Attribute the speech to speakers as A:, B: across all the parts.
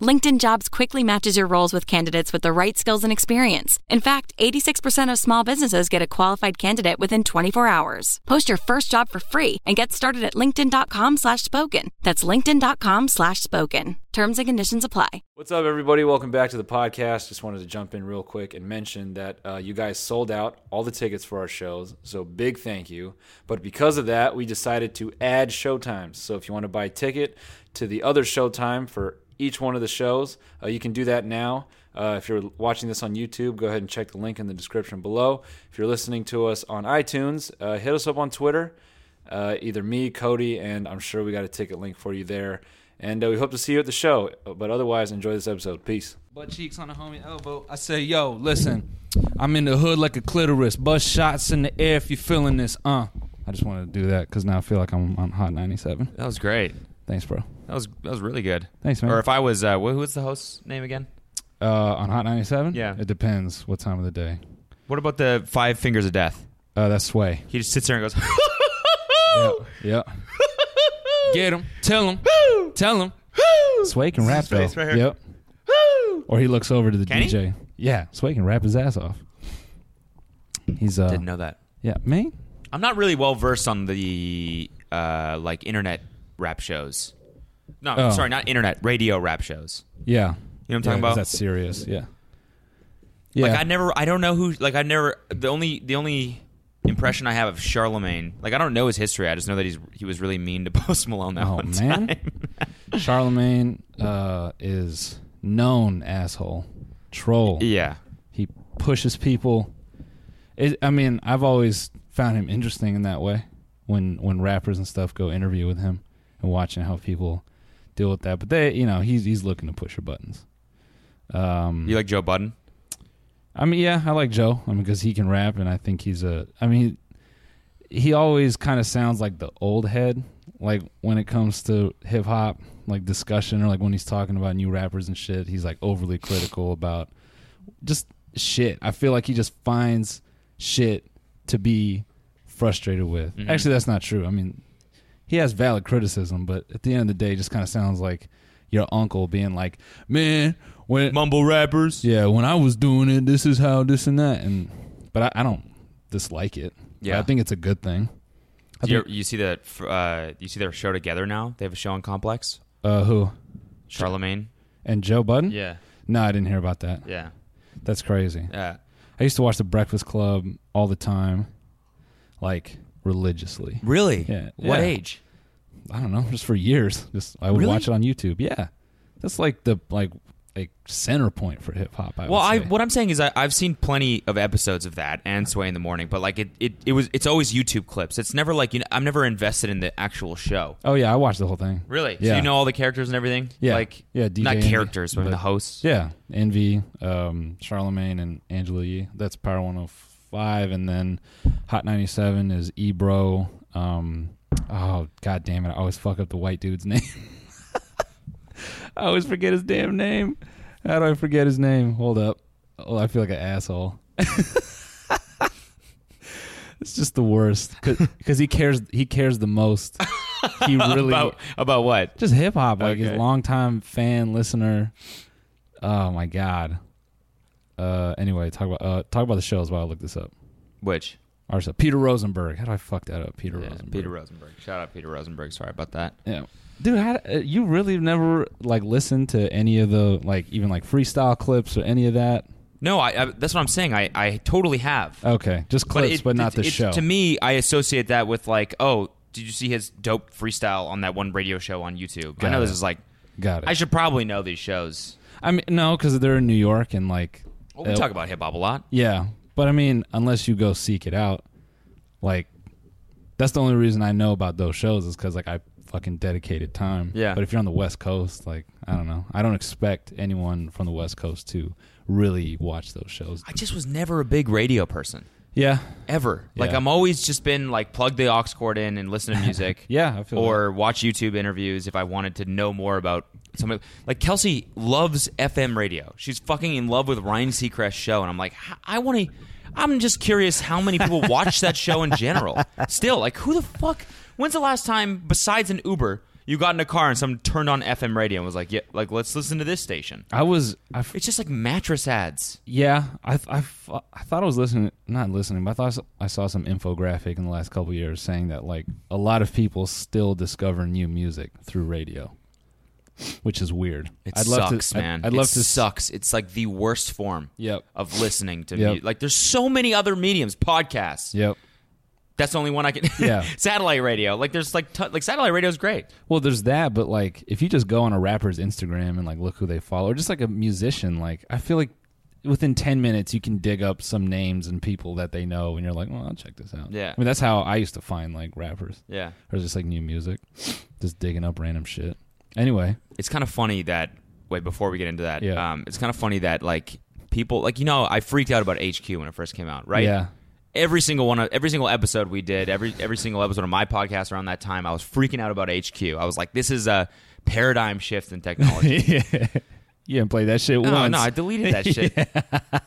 A: LinkedIn Jobs quickly matches your roles with candidates with the right skills and experience. In fact, 86% of small businesses get a qualified candidate within 24 hours. Post your first job for free and get started at linkedin.com slash spoken. That's linkedin.com slash spoken. Terms and conditions apply.
B: What's up, everybody? Welcome back to the podcast. Just wanted to jump in real quick and mention that uh, you guys sold out all the tickets for our shows, so big thank you. But because of that, we decided to add showtimes. So if you want to buy a ticket to the other showtime for each one of the shows, uh, you can do that now. Uh, if you're watching this on YouTube, go ahead and check the link in the description below. If you're listening to us on iTunes, uh, hit us up on Twitter, uh, either me, Cody, and I'm sure we got a ticket link for you there. And uh, we hope to see you at the show. But otherwise, enjoy this episode. Peace.
C: butt cheeks on a homie elbow. I say, yo, listen, I'm in the hood like a clitoris. Bust shots in the air if you feeling this. Uh, I just wanted to do that because now I feel like I'm on Hot 97.
D: That was great.
C: Thanks, bro.
D: That was that was really good.
C: Thanks, man.
D: Or if I was, uh, wh- who was the host's name again?
C: Uh, on Hot 97?
D: Yeah.
C: It depends what time of the day.
D: What about the Five Fingers of Death?
C: Uh, that's Sway.
D: He just sits there and goes,
C: Yep. yep. Get him. Tell him. Tell him. Sway can rap, though.
D: face right here.
C: Yep. Or he looks over to the
D: Can he?
C: DJ. Yeah, Sway can rap his ass off. He's, uh,
D: "Didn't know that."
C: yeah, me?
D: I'm not really well versed on the uh, like internet rap shows. No,
C: Oh.
D: sorry, not internet radio rap shows.
C: Yeah.
D: You know what I'm talking
C: Yeah, 'cause
D: about?
C: That's serious. Yeah. Yeah.
D: Like I never, I don't know who. Like I never. The only the only impression I have of Charlemagne, like I don't know his history. I just know that he's he was really mean to Post Malone that
C: Oh,
D: one
C: man.
D: time.
C: Charlemagne uh, is known asshole, troll.
D: yeah,
C: He pushes people. It, I mean, I've always found him interesting in that way. When when rappers and stuff go interview with him and watching how people deal with that, but they, you know, he's he's looking to push your buttons. Um,
D: you like Joe Budden?
C: I mean, yeah, I like Joe. I mean, because he can rap, and I think he's a. I mean, he always kind of sounds like the old head, like when it comes to hip hop, like discussion, or like when he's talking about new rappers and shit. He's like overly critical about just shit. I feel like he just finds shit to be frustrated with. Actually, that's not true. I mean, he has valid criticism, but at the end of the day, it just kind of sounds like your uncle being like, "Man, when
D: Mumble rappers.
C: yeah, when I was doing it, this is how this and that, and but I, I don't dislike it.
D: Yeah.
C: I think it's a good thing. I
D: Do you,
C: think,
D: you see that? Uh, you see their show together now. They have a show on Complex.
C: uh, who
D: Charlemagne.
C: and Joe Budden?
D: Yeah,
C: no, I didn't hear about that.
D: yeah,
C: That's crazy.
D: yeah.
C: I used to watch The Breakfast Club all the time, like religiously.
D: Really?
C: Yeah.
D: What
C: Yeah.
D: age?
C: I don't know, just for years. Just I would
D: Really?
C: watch it on YouTube. Yeah, that's like the like like center point for hip hop. I
D: Well,
C: would
D: I
C: say.
D: what I'm saying is I, I've seen plenty of episodes of that and Sway in the Morning, but like it, it, it was it's always YouTube clips. It's never like you know, I'm never invested in the actual show.
C: Oh yeah, I watched the whole thing.
D: Really?
C: Yeah.
D: So you know all the characters and everything?
C: Yeah.
D: Like
C: Yeah, DJ
D: not
C: Andy,
D: characters, but,
C: but-
D: the hosts.
C: Yeah, Envy, um, Charlemagne, and Angela Yee. That's Power 105, and then Hot 97 is Ebro. Um, oh god damn it! I always fuck up the white dude's name. I always forget his damn name. How do I forget his name? Hold up. Oh, I feel like an asshole. it's just the worst because he cares. He cares the most. He really
D: About about what?
C: just hip hop, like his
D: Okay.
C: longtime fan listener. Oh my god. Uh, anyway, talk about uh, talk about the shows while I look this up.
D: Which?
C: Our show, Peter Rosenberg. How do I fuck that up? Peter
D: Yeah,
C: Rosenberg.
D: Peter Rosenberg. Shout out Peter Rosenberg. Sorry about that.
C: Yeah, dude, how, uh, you really never like listened to any of the like even like freestyle clips or any of that.
D: No, I, I that's what I'm saying. I, I totally have.
C: Okay, just clips, but,
D: it-
C: not
D: it-
C: the
D: it-
C: show.
D: To me, I associate that with like, oh, did you see his dope freestyle on that one radio show on YouTube? I
C: Got
D: know this
C: it.
D: is like,
C: got it.
D: I should probably know these shows.
C: I mean, no, because they're in New York and like
D: Well, we
C: uh,
D: talk about hip hop a lot.
C: Yeah, but I mean, unless you go seek it out, like that's the only reason I know about those shows is because like I fucking dedicated time.
D: Yeah.
C: But if you're on the West Coast, like I don't know, I don't expect anyone from the West Coast to really watch those shows.
D: I just was never a big radio person.
C: Yeah.
D: ever. Like
C: Yeah.
D: I'm always just been like plug the aux cord in and listen to music.
C: Yeah, I feel
D: or watch YouTube interviews if I wanted to know more about something. Like Kelsey loves FM radio. She's fucking in love with Ryan Seacrest's show, and I'm like, "H- I want to. I'm just curious how many people watch that show in general. Still, like, who the fuck? When's the last time, besides an Uber, you got in a car and someone turned on FM radio and was like, yeah, like let's listen to this station.
C: I was I f-
D: It's just like mattress ads.
C: yeah, I th- I, f- I thought I was listening not listening, but I thought I s- I saw some infographic in the last couple years saying that like a lot of people still discover new music through radio. Which is weird.
D: It
C: I'd love
D: sucks,
C: to, I'd-
D: man.
C: I'd, love
D: it
C: to s-
D: sucks. It's like the worst form
C: Yep.
D: of listening to
C: Yep.
D: mu- Like there's so many other mediums, podcasts.
C: Yep.
D: That's the only one I can.
C: Yeah.
D: satellite radio. Like there's like t- like satellite radio is great.
C: Well, there's that, but like if you just go on a rapper's Instagram and like look who they follow, or just like a musician, like I feel like within ten minutes you can dig up some names and people that they know, and you're like, well, I'll check this out.
D: Yeah.
C: I mean that's how I used to find like rappers
D: Yeah.
C: or just like new music, just digging up random shit. Anyway,
D: It's kind of funny that wait before we get into that.
C: Yeah.
D: Um, it's kind of funny that like people like you know I freaked out about HQ when it first came out, right?
C: yeah,
D: Every single one, of, every single episode we did, every every single episode of my podcast around that time, I was freaking out about HQ. I was like, this is a paradigm shift in technology.
C: you didn't play that shit
D: No,
C: once.
D: Oh, no, I deleted that shit.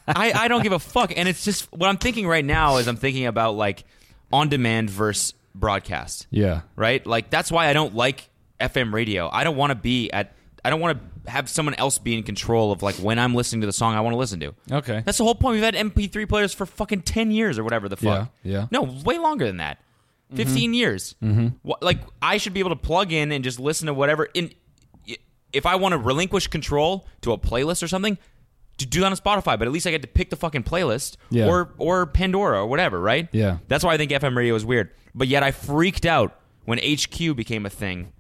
D: I, I don't give a fuck. And it's just what I'm thinking right now is I'm thinking about like on demand versus broadcast,
C: yeah,
D: right? Like that's why I don't like FM radio. I don't want to be at. I don't want to have someone else be in control of like when I'm listening to the song I want to listen to.
C: okay,
D: That's the whole point. We've had MP3 players for fucking 10 years or whatever the fuck.
C: Yeah, yeah.
D: No, way longer than that. 15 years. Mm-hmm. Like, I should be able to plug in and just listen to whatever. In If I want to relinquish control to a playlist or something, to do that on Spotify, but at least I get to pick the fucking playlist
C: Yeah.
D: or, or Pandora or whatever, right?
C: Yeah.
D: That's why I think FM radio is weird. But yet I freaked out when HQ became a thing,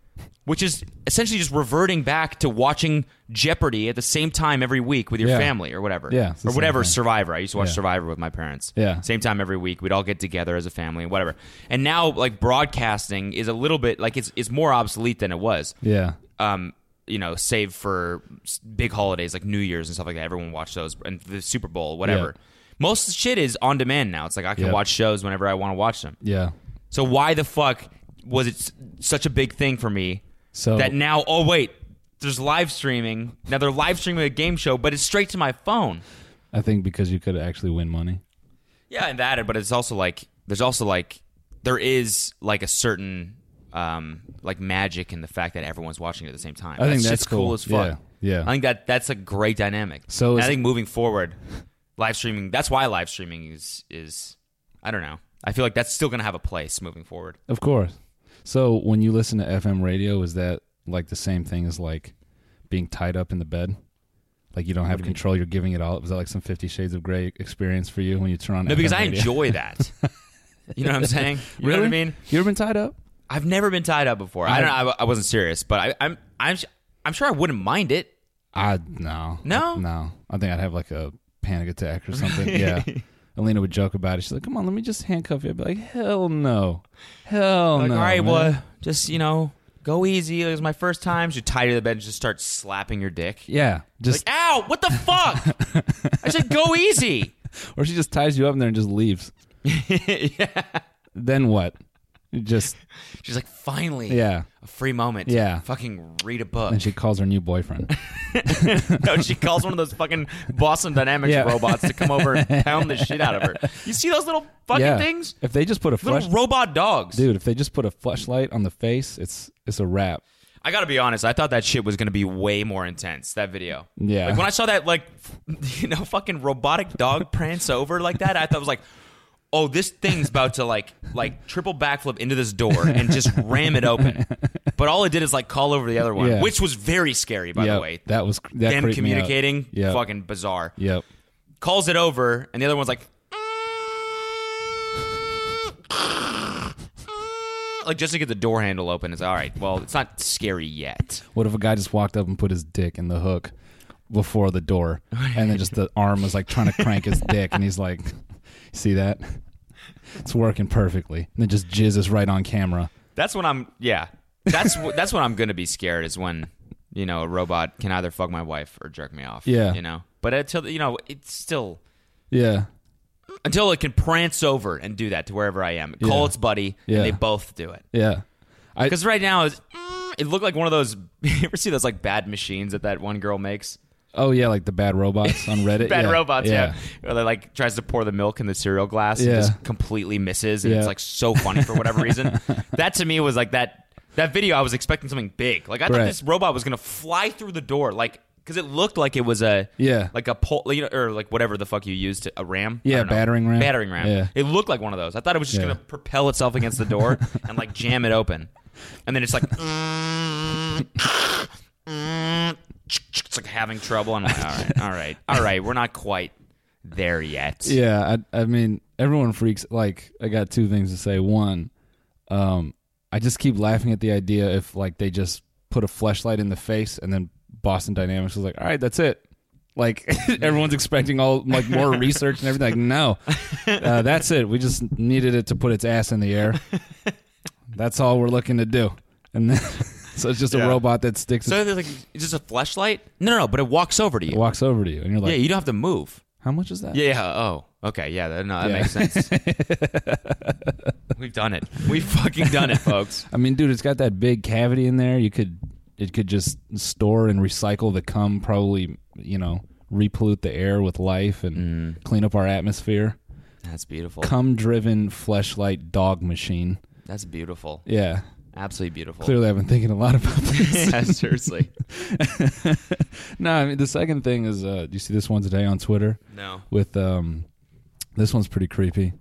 D: which is essentially just reverting back to watching Jeopardy at the same time every week with your
C: Yeah.
D: family or whatever.
C: Yeah, it's the
D: Or
C: same
D: whatever
C: thing.
D: Survivor. I used to watch
C: Yeah.
D: Survivor with my parents.
C: Yeah.
D: Same time every week. We'd all get together as a family and whatever. And now like broadcasting is a little bit like it's it's more obsolete than it was.
C: yeah,
D: Um you know, save for s- big holidays like New Year's and stuff like that. Everyone watched those and the Super Bowl, whatever.
C: Yeah.
D: Most shit is on demand now. It's like I can
C: Yeah.
D: watch shows whenever I want to watch them.
C: yeah.
D: So why the fuck was it s- such a big thing for me
C: So-
D: that now oh wait, there's live streaming. Now they're live streaming a game show, but it's straight to my phone.
C: I think because you could actually win money.
D: Yeah, and that, but it's also like there's also like there is like a certain um like magic in the fact that everyone's watching it at the same time.
C: I think
D: That
C: that's
D: shit's cool.
C: cool.
D: as fuck.
C: Yeah, yeah.
D: I think that that's a great dynamic.
C: So
D: And I
C: is-
D: think moving forward, live streaming. That's why live streaming is is I don't know. I feel like that's still gonna have a place moving forward.
C: Of course. So when you listen to FM radio, is that like the same thing as like being tied up in the bed? Like you don't have control, you're giving it all. Was that like some Fifty Shades of Grey experience for you when you turn on?
D: No,
C: FM
D: because I
C: radio?
D: enjoy that. you know what I'm saying? You
C: Really?
D: know what I mean?
C: You ever been tied up?
D: I've never been tied up before. I, don't. I, I wasn't serious, but I, I'm. I'm. s- I'm sure I wouldn't mind it.
C: I no,
D: No?
C: no. I think I'd have like a panic attack or something. yeah. Alina would joke about it. She's like, "Come on, let me just handcuff you." I'd be like, "Hell no, hell
D: Like,
C: no."
D: all right,
C: man."
D: well, uh, just you know, go easy. It was my first time. She tie you to the bed and just start slapping your dick.
C: yeah, just
D: Like, ow! What the fuck? I said, go easy.
C: or she just ties you up in there and just leaves. Then what? Just
D: She's like, finally,
C: yeah.
D: a free moment. to
C: Yeah.
D: fucking read a book.
C: And she calls her new boyfriend.
D: no, she calls one of those fucking Boston Dynamics
C: Yeah.
D: robots to come over and pound the shit out of her. You see those little fucking
C: yeah.
D: things?
C: If they just put a
D: Little
C: flash,
D: robot dogs.
C: dude, if they just put a flashlight on the face, it's it's a wrap.
D: I gotta be honest. I thought that shit was gonna be way more intense. That video.
C: Yeah.
D: Like when I saw that, like, you know, fucking robotic dog prance over like that. I thought I was like, oh, this thing's about to like, like triple backflip into this door and just ram it open. But all it did is like call over the other one,
C: Yeah.
D: which was very scary, by
C: Yep,
D: the way.
C: that was that
D: Them
C: creeped me out.
D: communicating,
C: Yep.
D: fucking bizarre.
C: Yep.
D: Calls it over, and the other one's like. Like just to get the door handle open is all right. Well, it's not scary yet.
C: What if a guy just walked up and put his dick in the hook before the door, and then just the arm was like trying to crank his dick, and he's like, "See that? It's working perfectly." And then just jizzes right on camera.
D: That's when I'm. Yeah, that's wh- that's when I'm gonna be scared. Is when you know a robot can either fuck my wife or jerk me off.
C: Yeah.
D: you know. But until you know, it's still.
C: Yeah.
D: until it can prance over and do that to wherever I am. Call
C: Yeah.
D: its buddy,
C: Yeah.
D: and they both do it.
C: Yeah. I,
D: Because right now, it's, mm, it looked like one of those. You ever see those like bad machines that that one girl makes?
C: oh yeah, like the bad robots on Reddit.
D: Bad
C: yeah.
D: robots, yeah. Where they like tries to pour the milk in the cereal glass
C: Yeah.
D: and just completely misses, and
C: Yeah.
D: it's like so funny for whatever reason. that to me was like that. That video, I was expecting something big. Like I thought
C: Right.
D: this robot was gonna fly through the door, like because it looked like it was a
C: Yeah.
D: like a pole, you know, or like whatever the fuck you used to, a ram, I
C: Yeah,
D: don't know.
C: battering ram.
D: battering ram.
C: Yeah.
D: It looked like one of those. I thought it was just
C: Yeah.
D: gonna propel itself against the door and like jam it open, and then it's like. It's like having trouble. I'm like, all right, all right, all right. We're not quite there yet.
C: Yeah, I, I mean, everyone freaks. Like, I got two things to say. One, um, I just keep laughing at the idea if like they just put a flashlight in the face and then Boston Dynamics was like, "All right, that's it." Like everyone's expecting all like more research and everything. Like, no, uh, that's it. We just needed it to put its ass in the air. That's all we're looking to do. And then, so it's just a robot that sticks.
D: So
C: its,
D: there's like, is this a flashlight? No, no, no. But it walks over to you.
C: it walks over to you, and you're like,
D: yeah, you don't have to move.
C: "How much is that?"
D: Yeah. yeah, Oh. Okay. Yeah. That, no, that
C: Yeah.
D: makes sense. We've done it. We've fucking done it, folks.
C: I mean, dude, it's got that big cavity in there. You could it could just store and recycle the cum, probably you know, repollute the air with life and clean up our atmosphere.
D: That's beautiful.
C: Cum driven fleshlight dog machine.
D: That's beautiful.
C: Yeah.
D: Absolutely beautiful.
C: Clearly I've been thinking a lot about this.
D: yeah. Seriously.
C: no, I mean the second thing is uh do you see this one today on Twitter?
D: No.
C: With um this one's pretty creepy.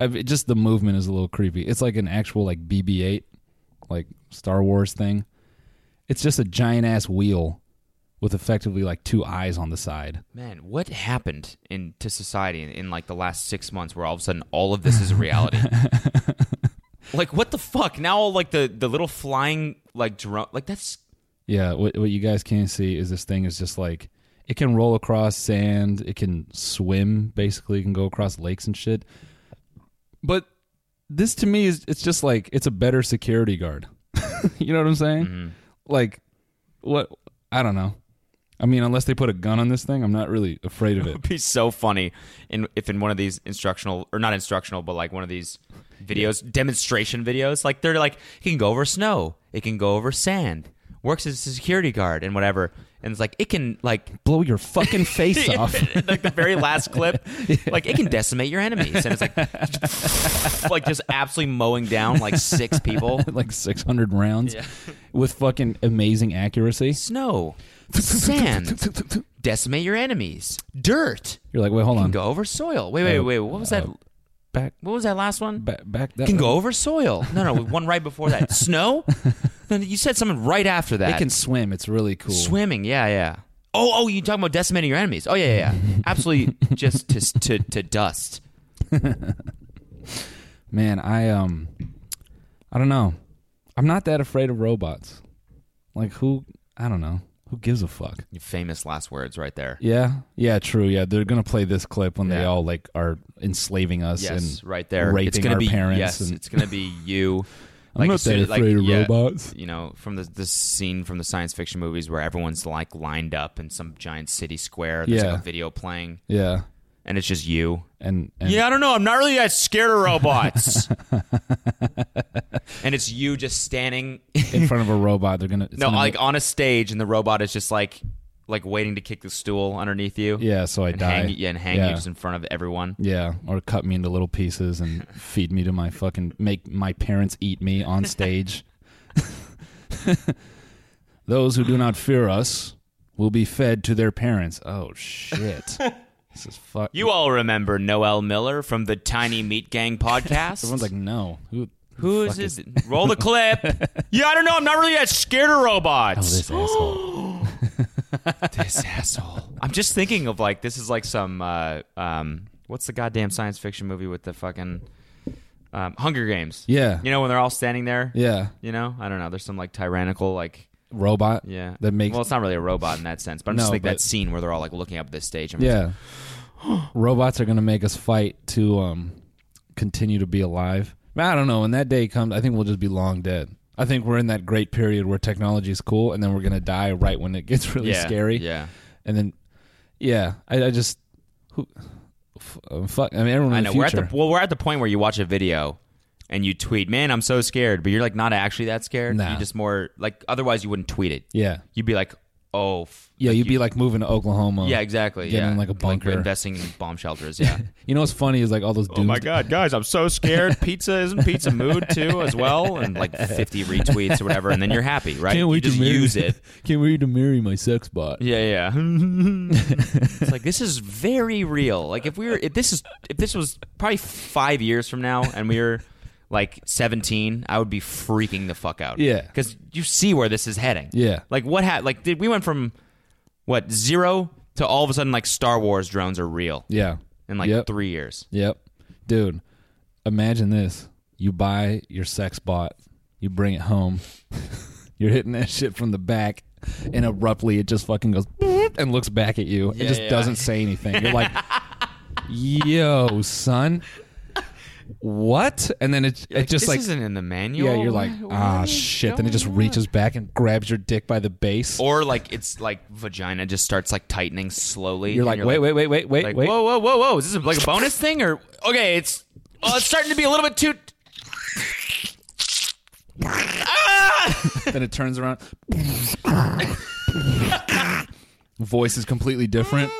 C: I mean, just the movement is a little creepy. It's like an actual like BB-8, like Star Wars thing. It's just a giant ass wheel with effectively like two eyes on the side.
D: Man, what happened in to society in, in like the last six months where all of a sudden all of this is a reality? like what the fuck? Now all like the, the little flying like drone like that's
C: Yeah, what what you guys can't see is this thing is just like it can roll across sand, it can swim basically, it can go across lakes and shit. But this to me is it's just like it's a better security guard. you know what I'm saying? Like what I don't know. I mean, unless they put a gun on this thing, I'm not really afraid of it.
D: be so funny in if in one of these instructional or not instructional but like one of these videos demonstration videos like they're like it can go over snow it can go over sand works as a security guard and whatever and it's like it can like
C: Blow your fucking face off.
D: like the very last clip like it can decimate your enemies and it's like like just absolutely mowing down like six people
C: like 600 rounds with fucking amazing accuracy.
D: snow sand decimate your enemies dirt
C: You're like, wait, hold on.
D: can go over soil wait wait wait what was that
C: Back,
D: what was that last one
C: back, back. That
D: can
C: way.
D: go over soil. No, no, one right before that. Snow. No, no, you said something right after that.
C: It can swim. It's really cool.
D: swimming. Yeah, yeah. Oh, oh, you talking about decimating your enemies? Oh, yeah, yeah, yeah. Absolutely, just to to to dust.
C: Man, I um, I don't know. I'm not that afraid of robots. Like who? I don't know. Who gives a fuck?
D: Your famous last words right there.
C: Yeah, yeah, true. Yeah, they're gonna play this clip when they
D: Yeah.
C: all like are enslaving us
D: Yes,
C: and
D: right there.
C: raping
D: it's gonna
C: our
D: be
C: parents.
D: yes.
C: and,
D: It's gonna be you.
C: I'm not
D: as soon
C: that
D: as-
C: afraid of robots.
D: You know, from the this scene from the science fiction movies where everyone's like lined up in some giant city square. There's
C: Yeah.
D: like a video playing,
C: yeah,
D: and it's just you.
C: and, and
D: yeah, I don't know. I'm not really that scared of robots. and it's you just standing
C: in front of a robot, they're gonna it's
D: no,
C: gonna
D: like
C: make-
D: on a stage, and the robot is just like like waiting to kick the stool underneath you.
C: yeah. So I
D: and
C: die.
D: hang, yeah, and hang
C: yeah.
D: you just in front of everyone.
C: Yeah, or cut me into little pieces and feed me to my fucking make my parents eat me on stage. Those who do not fear us will be fed to their parents. Oh shit. this is fuck
D: You all remember Noel Miller from the Tiny Meat Gang podcast?
C: Everyone's like, "No. Who
D: "Who's is it? Roll the clip." yeah, I don't know. I'm not really that scared of robots.
C: oh, this asshole?"
D: this asshole. I'm just thinking of like this is like some uh, um, what's the goddamn science fiction movie with the fucking um, Hunger Games?
C: Yeah.
D: you know when they're all standing there.
C: Yeah.
D: you know I don't know. There's some like tyrannical like
C: Robot.
D: yeah
C: That makes
D: well, it's not really a robot in that sense, but I'm just
C: No,
D: like
C: but-
D: that scene where they're all like looking up at this stage. I'm just
C: Yeah. Robots are going to make us fight to um, continue to be alive. Man, I don't know. When that day comes, I think we'll just be long dead. I think we're in that great period where technology is cool, and then we're going to die right when it gets really
D: Yeah,
C: scary.
D: Yeah,
C: And then, yeah, I, I just, who, f- uh, fuck. I mean, everyone
D: I
C: in
D: know.
C: the
D: We're at
C: future.
D: the well, we're at the point where you watch a video and you tweet, "Man, I'm so scared," but you're like not actually that scared.
C: Nah.
D: You just more like otherwise you wouldn't tweet it.
C: yeah,
D: You'd be like, "Oh, f-
C: yeah. You'd be like moving to Oklahoma.
D: yeah, exactly."
C: Getting
D: yeah,
C: in like a bunker.
D: investing in bomb shelters. Yeah.
C: You know what's funny is like all those dudes.
D: Oh my god, guys, I'm so scared. Pizza isn't pizza mood too as well, and like 50 retweets or whatever, and then you're happy, right?
C: Can't
D: you
C: wait
D: just
C: to marry.
D: use it.
C: Can't wait to marry my sex bot.
D: Yeah, yeah. it's like this is very real. Like if we were, if this is, if this was probably five years from now, and we were like 17, I would be freaking the fuck out.
C: Yeah.
D: because you see where this is heading.
C: Yeah.
D: like what happened? Like did we went from what zero to all of a sudden like Star Wars drones are real
C: Yeah.
D: in like
C: Yep.
D: three years?
C: Yep. Dude, imagine this. You buy your sex bot, you bring it home, you're hitting that shit from the back, and abruptly it just fucking goes boop and looks back at you. it
D: Yeah,
C: just
D: yeah.
C: doesn't say anything. You're like, yo, son. What? And then it it just
D: this
C: like
D: isn't in the manual.
C: Yeah, you're like,
D: What- what
C: ah
D: is
C: shit. Then it just
D: going on?
C: reaches back and grabs your dick by the base.
D: Or like it's like vagina just starts like tightening slowly.
C: you're
D: and
C: like, wait, wait, wait, wait, wait,
D: like,
C: wait.
D: Whoa, whoa, whoa, whoa! Is this like a bonus thing or okay? It's well, it's starting to be a little bit too.
C: then it turns around. Voice is completely different.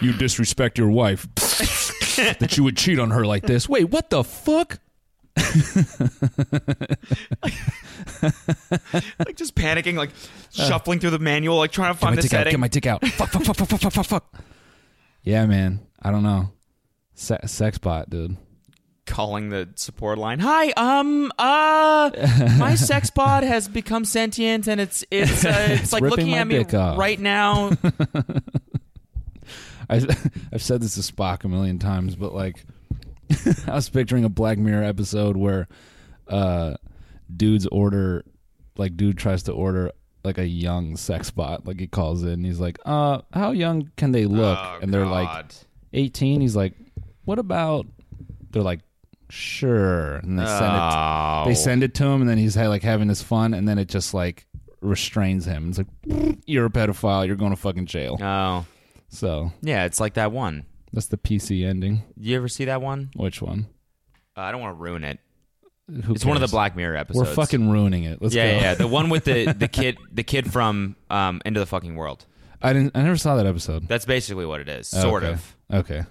C: you disrespect your wife that you would cheat on her like this. Wait, what the fuck?
D: Like just panicking, like
C: Uh,
D: shuffling through the manual, like trying to
C: Get my
D: find the
C: dick out.
D: setting.
C: Get my dick out. Fuck, fuck, fuck, fuck, fuck, fuck, fuck, fuck. Yeah, man. I don't know. Se- sex bot, dude.
D: Calling the support line. Hi, um, uh, my sex pod has become sentient and it's it's uh, it's, like
C: ripping
D: looking
C: my
D: at me
C: dick off.
D: right now.
C: I, I've said this to Spock a million times, but like, I was picturing a Black Mirror episode where uh, dudes order, like, dude tries to order like a young sex bot. Like, he calls in and he's like, uh, how young can they look?
D: Oh,
C: and they're like,
D: God.
C: 18. He's like, what about, they're like, sure. And they send it.
D: Oh.
C: They send it to him, and then he's ha- like having his fun, and then it just like restrains him. It's like you're a pedophile. You're going to fucking jail.
D: Oh,
C: So
D: yeah, it's like that one.
C: that's the PC ending.
D: You ever see that one?
C: Which one?
D: Uh, I don't want to ruin it.
C: Who
D: It's one of the
C: cares?
D: Black Mirror episodes.
C: We're fucking ruining it. Let's
D: Yeah,
C: go.
D: yeah, yeah, the one with the the kid, the kid from um, Into the Fucking World.
C: I didn't. I never saw that episode.
D: That's basically what it is, sort
C: Okay.
D: of.
C: Okay.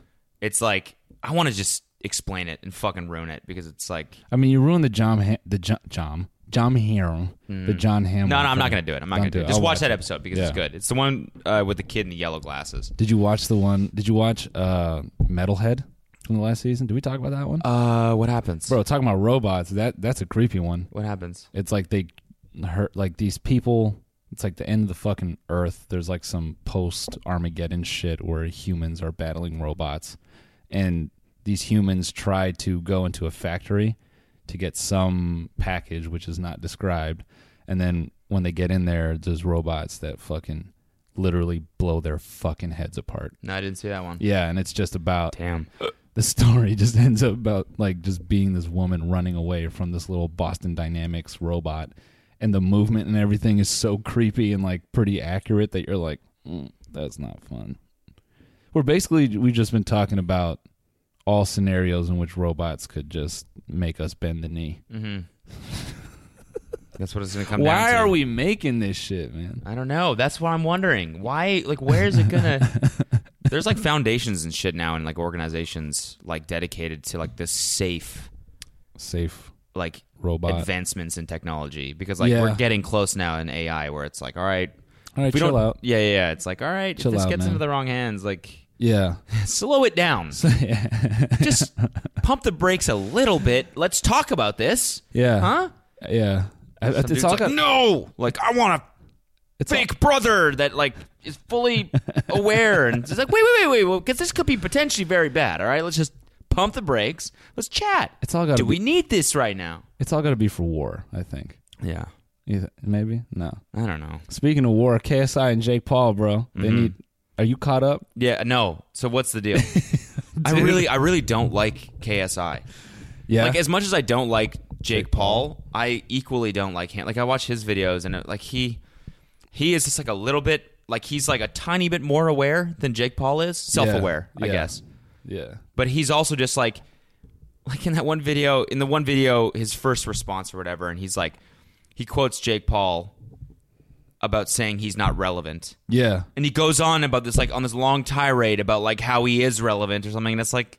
D: It's like I want to just explain it and fucking ruin it because it's like
C: I mean, you ruined the John. Ha- the John. John. John Hamm. The John Hamm.
D: Hmm. no, no, I'm
C: thing.
D: not gonna do it. I'm not
C: Don't
D: gonna do it.
C: it.
D: Just
C: I'll
D: watch that
C: it.
D: episode because it's
C: Yeah.
D: good. It's the one uh, with the kid in the yellow glasses.
C: Did you watch the one? Did you watch uh, Metalhead from the last season? Did we talk about that one?
D: Uh, what happens,
C: Bro, talking about robots. That that's a creepy one.
D: What happens?
C: It's like they hurt like these people. It's like the end of the fucking earth. There's like some post Armageddon shit where humans are battling robots, and these humans try to go into a factory to get some package which is not described, and then when they get in there, there's robots that fucking literally blow their fucking heads apart.
D: No, I didn't see that one.
C: Yeah, and it's just about
D: Damn.
C: the story just ends up about like just being this woman running away from this little Boston Dynamics robot, and the movement and everything is so creepy and like pretty accurate that you're like, mm, that's not fun. We're basically we've just been talking about all scenarios in which robots could just make us bend the knee.
D: That's what it's gonna come. down
C: Why
D: to.
C: are we making this shit, man?
D: I don't know. That's what I'm wondering. Why? Like, where is it gonna? There's like foundations and shit now, and like organizations like dedicated to like the safe
C: Safe
D: like
C: robot.
D: advancements in technology because like
C: Yeah.
D: we're getting close now in AI where it's like all right
C: all right,
D: we
C: chill
D: don't
C: out.
D: yeah yeah yeah, it's like all right
C: Chill
D: if this
C: out,
D: gets
C: man.
D: into the wrong hands like
C: Yeah,
D: slow it down just pump the brakes a little bit let's talk about this
C: yeah, Uh,
D: huh
C: yeah. I-
D: Some
C: It's
D: dude's
C: all
D: like,
C: got-
D: no like I want a
C: it's all-
D: fake brother that like is fully aware and it's like wait wait wait wait well, because this could be potentially very bad all right let's just pump the brakes let's chat
C: It's all gotta
D: do
C: be-
D: we need this right now
C: it's all got to be for war. I think.
D: yeah
C: You th- maybe no.
D: I don't know
C: Speaking of war, KSI and Jake Paul, bro. They
D: Mm-hmm.
C: need. Are you caught up?
D: Yeah, no. So what's the deal? I really, I really don't like KSI.
C: Yeah.
D: Like as much as I don't like Jake Paul, I equally don't like him. Like I watch his videos and uh, like he, he is just like a little bit like he's like a tiny bit more aware than Jake Paul is, self-aware, I
C: yeah.
D: guess.
C: Yeah.
D: But he's also just like like in that one video, in the one video his first response or whatever and he's like he quotes Jake Paul about saying he's not relevant.
C: Yeah.
D: And he goes on about this like on this long tirade about like how he is relevant or something and it's like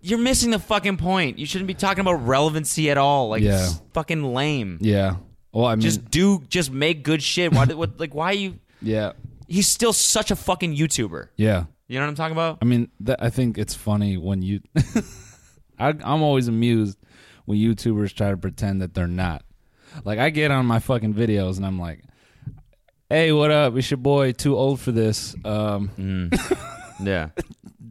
D: you're missing the fucking point. You shouldn't be talking about relevancy at all. Like
C: Yeah.
D: it's fucking lame.
C: Yeah. Well, I mean,
D: Just do just make good shit. Why did- what like why are you
C: yeah.
D: he's still such a fucking YouTuber.
C: Yeah.
D: You know what I'm talking about?
C: I mean, that, I think it's funny when you. I, I'm always amused when YouTubers try to pretend that they're not. Like, I get on my fucking videos and I'm like, hey, what up? It's your boy, too old for this, um,
D: Yeah.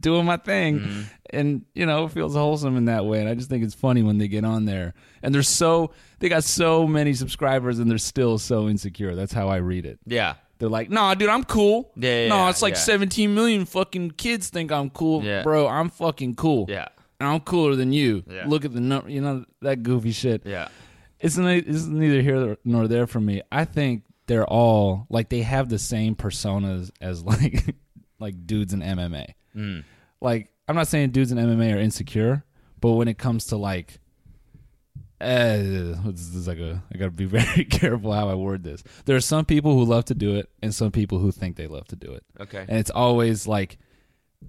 C: doing my thing.
D: Mm-hmm.
C: And, you know, it feels wholesome in that way. And I just think it's funny when they get on there and they're so, they got so many subscribers and they're still so insecure. That's how I read it.
D: Yeah.
C: They're like, nah, dude, I'm cool.
D: Yeah, yeah,
C: no,
D: yeah,
C: it's like
D: yeah.
C: 17 million fucking kids think I'm cool.
D: Yeah.
C: Bro, I'm fucking cool.
D: Yeah.
C: And I'm cooler than you.
D: Yeah.
C: Look at the number, you know, that goofy shit.
D: Yeah.
C: It's, ne- it's neither here nor there for me. I think they're all, like, they have the same personas as, like, like dudes in MMA. Like, I'm not saying dudes in MMA are insecure, but when it comes to, like, uh, this is like a, I gotta be very careful how I word this. There are some people who love to do it, and some people who think they love to do it.
D: Okay.
C: and it's always like,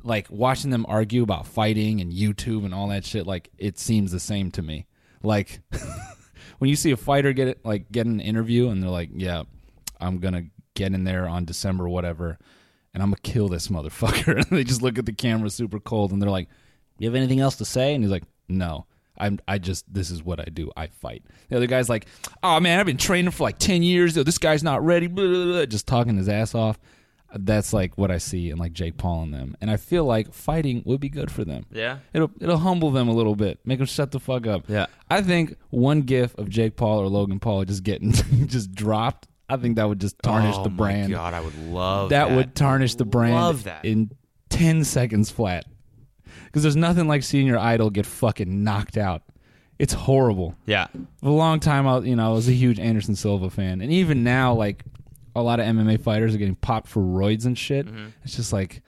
C: like watching them argue about fighting and YouTube and all that shit. Like it seems the same to me. Like when you see a fighter get it, like get an interview, and they're like, "Yeah, I'm gonna get in there on December whatever, and I'm gonna kill this motherfucker." and they just look at the camera super cold, and they're like, "You have anything else to say?" And he's like, "No." I'm, I just this is what I do. I fight. The other guy's like, "Oh man, I've been training for like ten years. Yo, this guy's not ready." Blah, blah, blah, just talking his ass off. That's like what I see in like Jake Paul and them, and I feel like fighting would be good for them.
D: Yeah.
C: it'll it'll humble them a little bit, make them shut the fuck up.
D: Yeah.
C: I think one gif of Jake Paul or Logan Paul just getting just dropped, I think that would just tarnish
D: oh
C: the brand.
D: My God, I would love
C: that,
D: that.
C: would tarnish the brand
D: Love that.
C: in 10 seconds flat. Cuz there's nothing like seeing your idol get fucking knocked out. It's horrible.
D: yeah.
C: For a long time I, you know, I was a huge Anderson Silva fan and even now like a lot of MMA fighters are getting popped for roids and shit. It's just like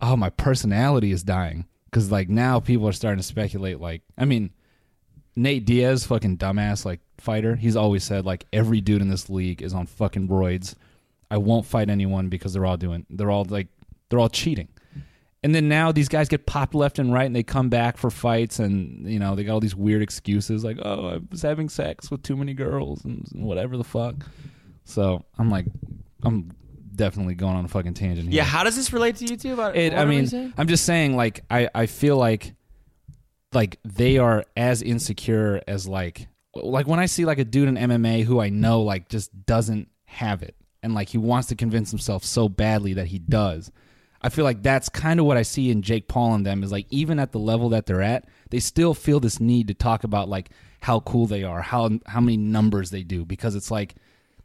C: oh, my personality is dying cuz like now people are starting to speculate like I mean Nate Diaz, fucking dumbass, like fighter. He's always said like every dude in this league is on fucking roids. I won't fight anyone because they're all doing. They're all like they're all cheating. And then now these guys get popped left and right, and they come back for fights, and you know they got all these weird excuses like, "Oh, I was having sex with too many girls," and whatever the fuck. So I'm like, I'm definitely going on a fucking tangent. Here.
D: Yeah. How does this relate to YouTube? I,
C: It,
D: what
C: I
D: were we
C: mean,
D: saying?
C: I'm just saying, like, I, I feel like, like they are as insecure as like, like when I see like a dude in MMA who I know like just doesn't have it, and like he wants to convince himself so badly that he does. I feel like that's kind of what I see in Jake Paul and them is like even at the level that they're at, they still feel this need to talk about like how cool they are, how how many numbers they do because it's like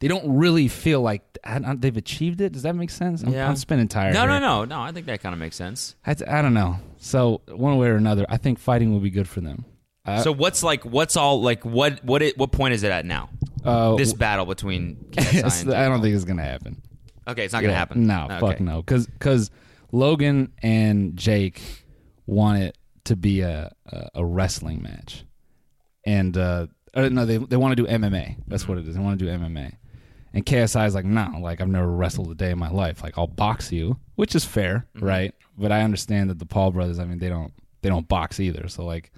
C: they don't really feel like I don't- they've achieved it. Does that make sense? I'm,
D: Yeah.
C: I'm spinning tires.
D: no,
C: here.
D: no, no, no. I think that kind of makes sense.
C: I, I don't know. So one way or another, I think fighting will be good for them. I-
D: so what's like? What's all like? What what it, what point is it at now?
C: Uh,
D: this battle between KSI
C: It's-
D: and
C: I don't think it's gonna happen.
D: okay, it's not gonna happen.
C: No,
D: okay.
C: fuck no. Because Logan and Jake want it to be a a, a wrestling match, and uh, or no, they they want to do MMA. That's what it is. They want to do MMA. And KSI is like, no, like I've never wrestled a day in my life. Like I'll box you, which is fair,
D: Mm-hmm.
C: right? But I understand that the Paul brothers. I mean, they don't they don't box either. So like,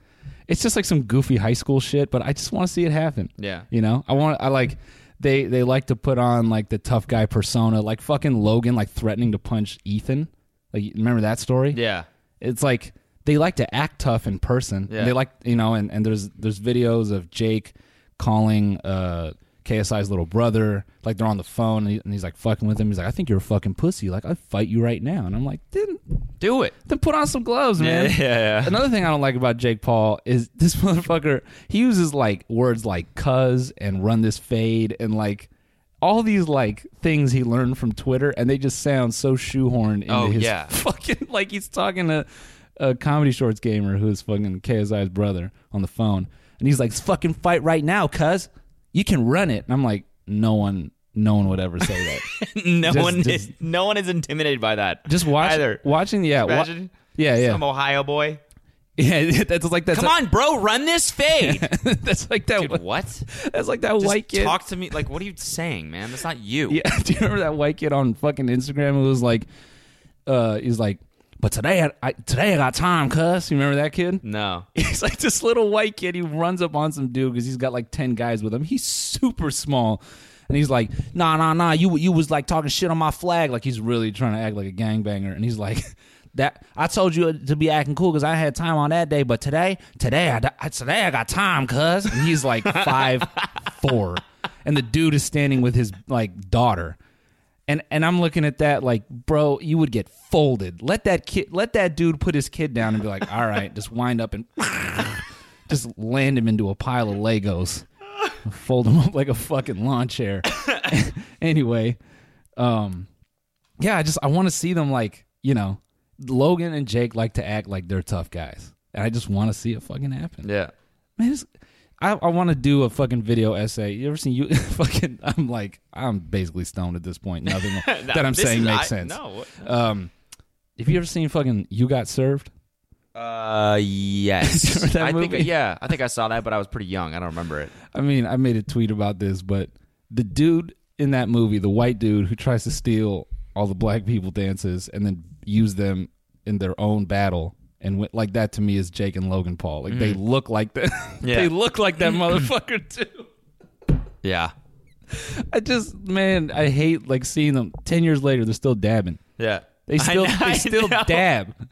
C: it's just like some goofy high school shit. But I just want to see it happen.
D: Yeah.
C: You know, I want I like they they like to put on like the tough guy persona, like fucking Logan like threatening to punch Ethan. Like you remember that story?
D: Yeah.
C: It's like they like to act tough in person.
D: Yeah.
C: They like you know, and, and there's there's videos of Jake calling uh KSI's little brother, like they're on the phone and, he, and he's like fucking with him. He's like, I think you're a fucking pussy. Like I'd fight you right now. And I'm like, then
D: Do it.
C: then put on some gloves, man.
D: Yeah, yeah, yeah.
C: Another thing I don't like about Jake Paul is this motherfucker. He uses like words like "cuz" and "run this fade" and like all these like things he learned from Twitter, and they just sound so shoehorned into
D: Oh,
C: his
D: yeah.
C: fucking like he's talking to a comedy shorts gamer who is fucking KSI's brother on the phone, and he's like, "Fucking fight right now, cuz you can run it." And I'm like, no one no one would ever say that.
D: no
C: Just-
D: one
C: just-
D: is no one is intimidated by that.
C: Just watch
D: either.
C: watching yeah, wa-
D: Imagine
C: yeah, yeah.
D: some Ohio boy.
C: yeah, that's like that's
D: Come on, bro, run this fade.
C: that's like that
D: Dude, what?
C: that's like that
D: Just
C: white kid.
D: talk to me. Like, what are you saying, man? That's not you.
C: Yeah, do you remember that white kid on fucking Instagram who was like, uh, he's like, but today I, I today I got time, cuss. You remember that kid?
D: No.
C: He's like this little white kid who runs up on some dude because he's got like ten guys with him. He's super small, and he's like, "Nah, nah, nah, you you was like talking shit on my flag." Like he's really trying to act like a gangbanger, and he's like, "That I told you to be acting cool because I had time on that day, but today, today, I, I- today I got time, cuz." And he's like five four, and the dude is standing with his like daughter. And and I'm looking at that like, bro, you would get folded. Let that kid, let that dude put his kid down and be like, all right, just wind up and just land him into a pile of Legos, fold him up like a fucking lawn chair. anyway, um, yeah, I just I want to see them like you know, Logan and Jake like to act like they're tough guys, and I just want to see it fucking happen.
D: Yeah.
C: Man, it's, I, I want to do a fucking video essay. You ever seen you fucking? I'm like, I'm basically stoned at this point. Nothing that I'm
D: This
C: saying
D: is-
C: makes
D: I-
C: sense.
D: No.
C: Um, have you ever seen fucking You Got Served?
D: Uh,
C: Do you
D: yes.
C: remember that
D: I
C: movie?
D: think. Yeah, I think I saw that, but I was pretty young. I don't remember it.
C: I mean, I made a tweet about this, but the dude in that movie, the white dude who tries to steal all the black people dances and then use them in their own battle. And went, like that to me is Jake and Logan Paul. Like they look like that.
D: Mm. Yeah.
C: they look like that motherfucker too.
D: Yeah.
C: I just man, I hate like seeing them. Ten years later, they're still dabbing.
D: Yeah.
C: They still
D: I know,
C: they
D: I
C: still
D: know.
C: dab.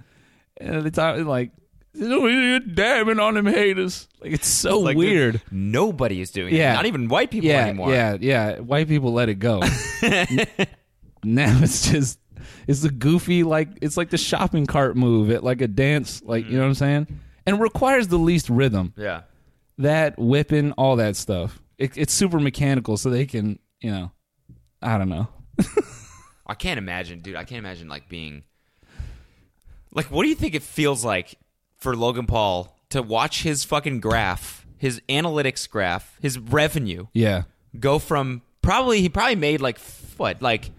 C: And they talk like you're dabbing on them haters. Like it's so
D: Like, dude,
C: weird.
D: nobody is doing
C: Yeah.
D: it. Not even white people
C: yeah,
D: anymore.
C: yeah, yeah. White people let it go. N- now it's just it's the goofy like it's like the shopping cart move at like a dance, like you know what I'm saying? And requires the least rhythm.
D: Yeah.
C: That whipping, all that stuff. It, it's super mechanical, so they can, you know, I don't know.
D: I can't imagine, dude. I can't imagine like being like. What do you think it feels like for Logan Paul to watch his fucking graph, his analytics graph, his revenue
C: Yeah.
D: go from probably he probably made like f- what like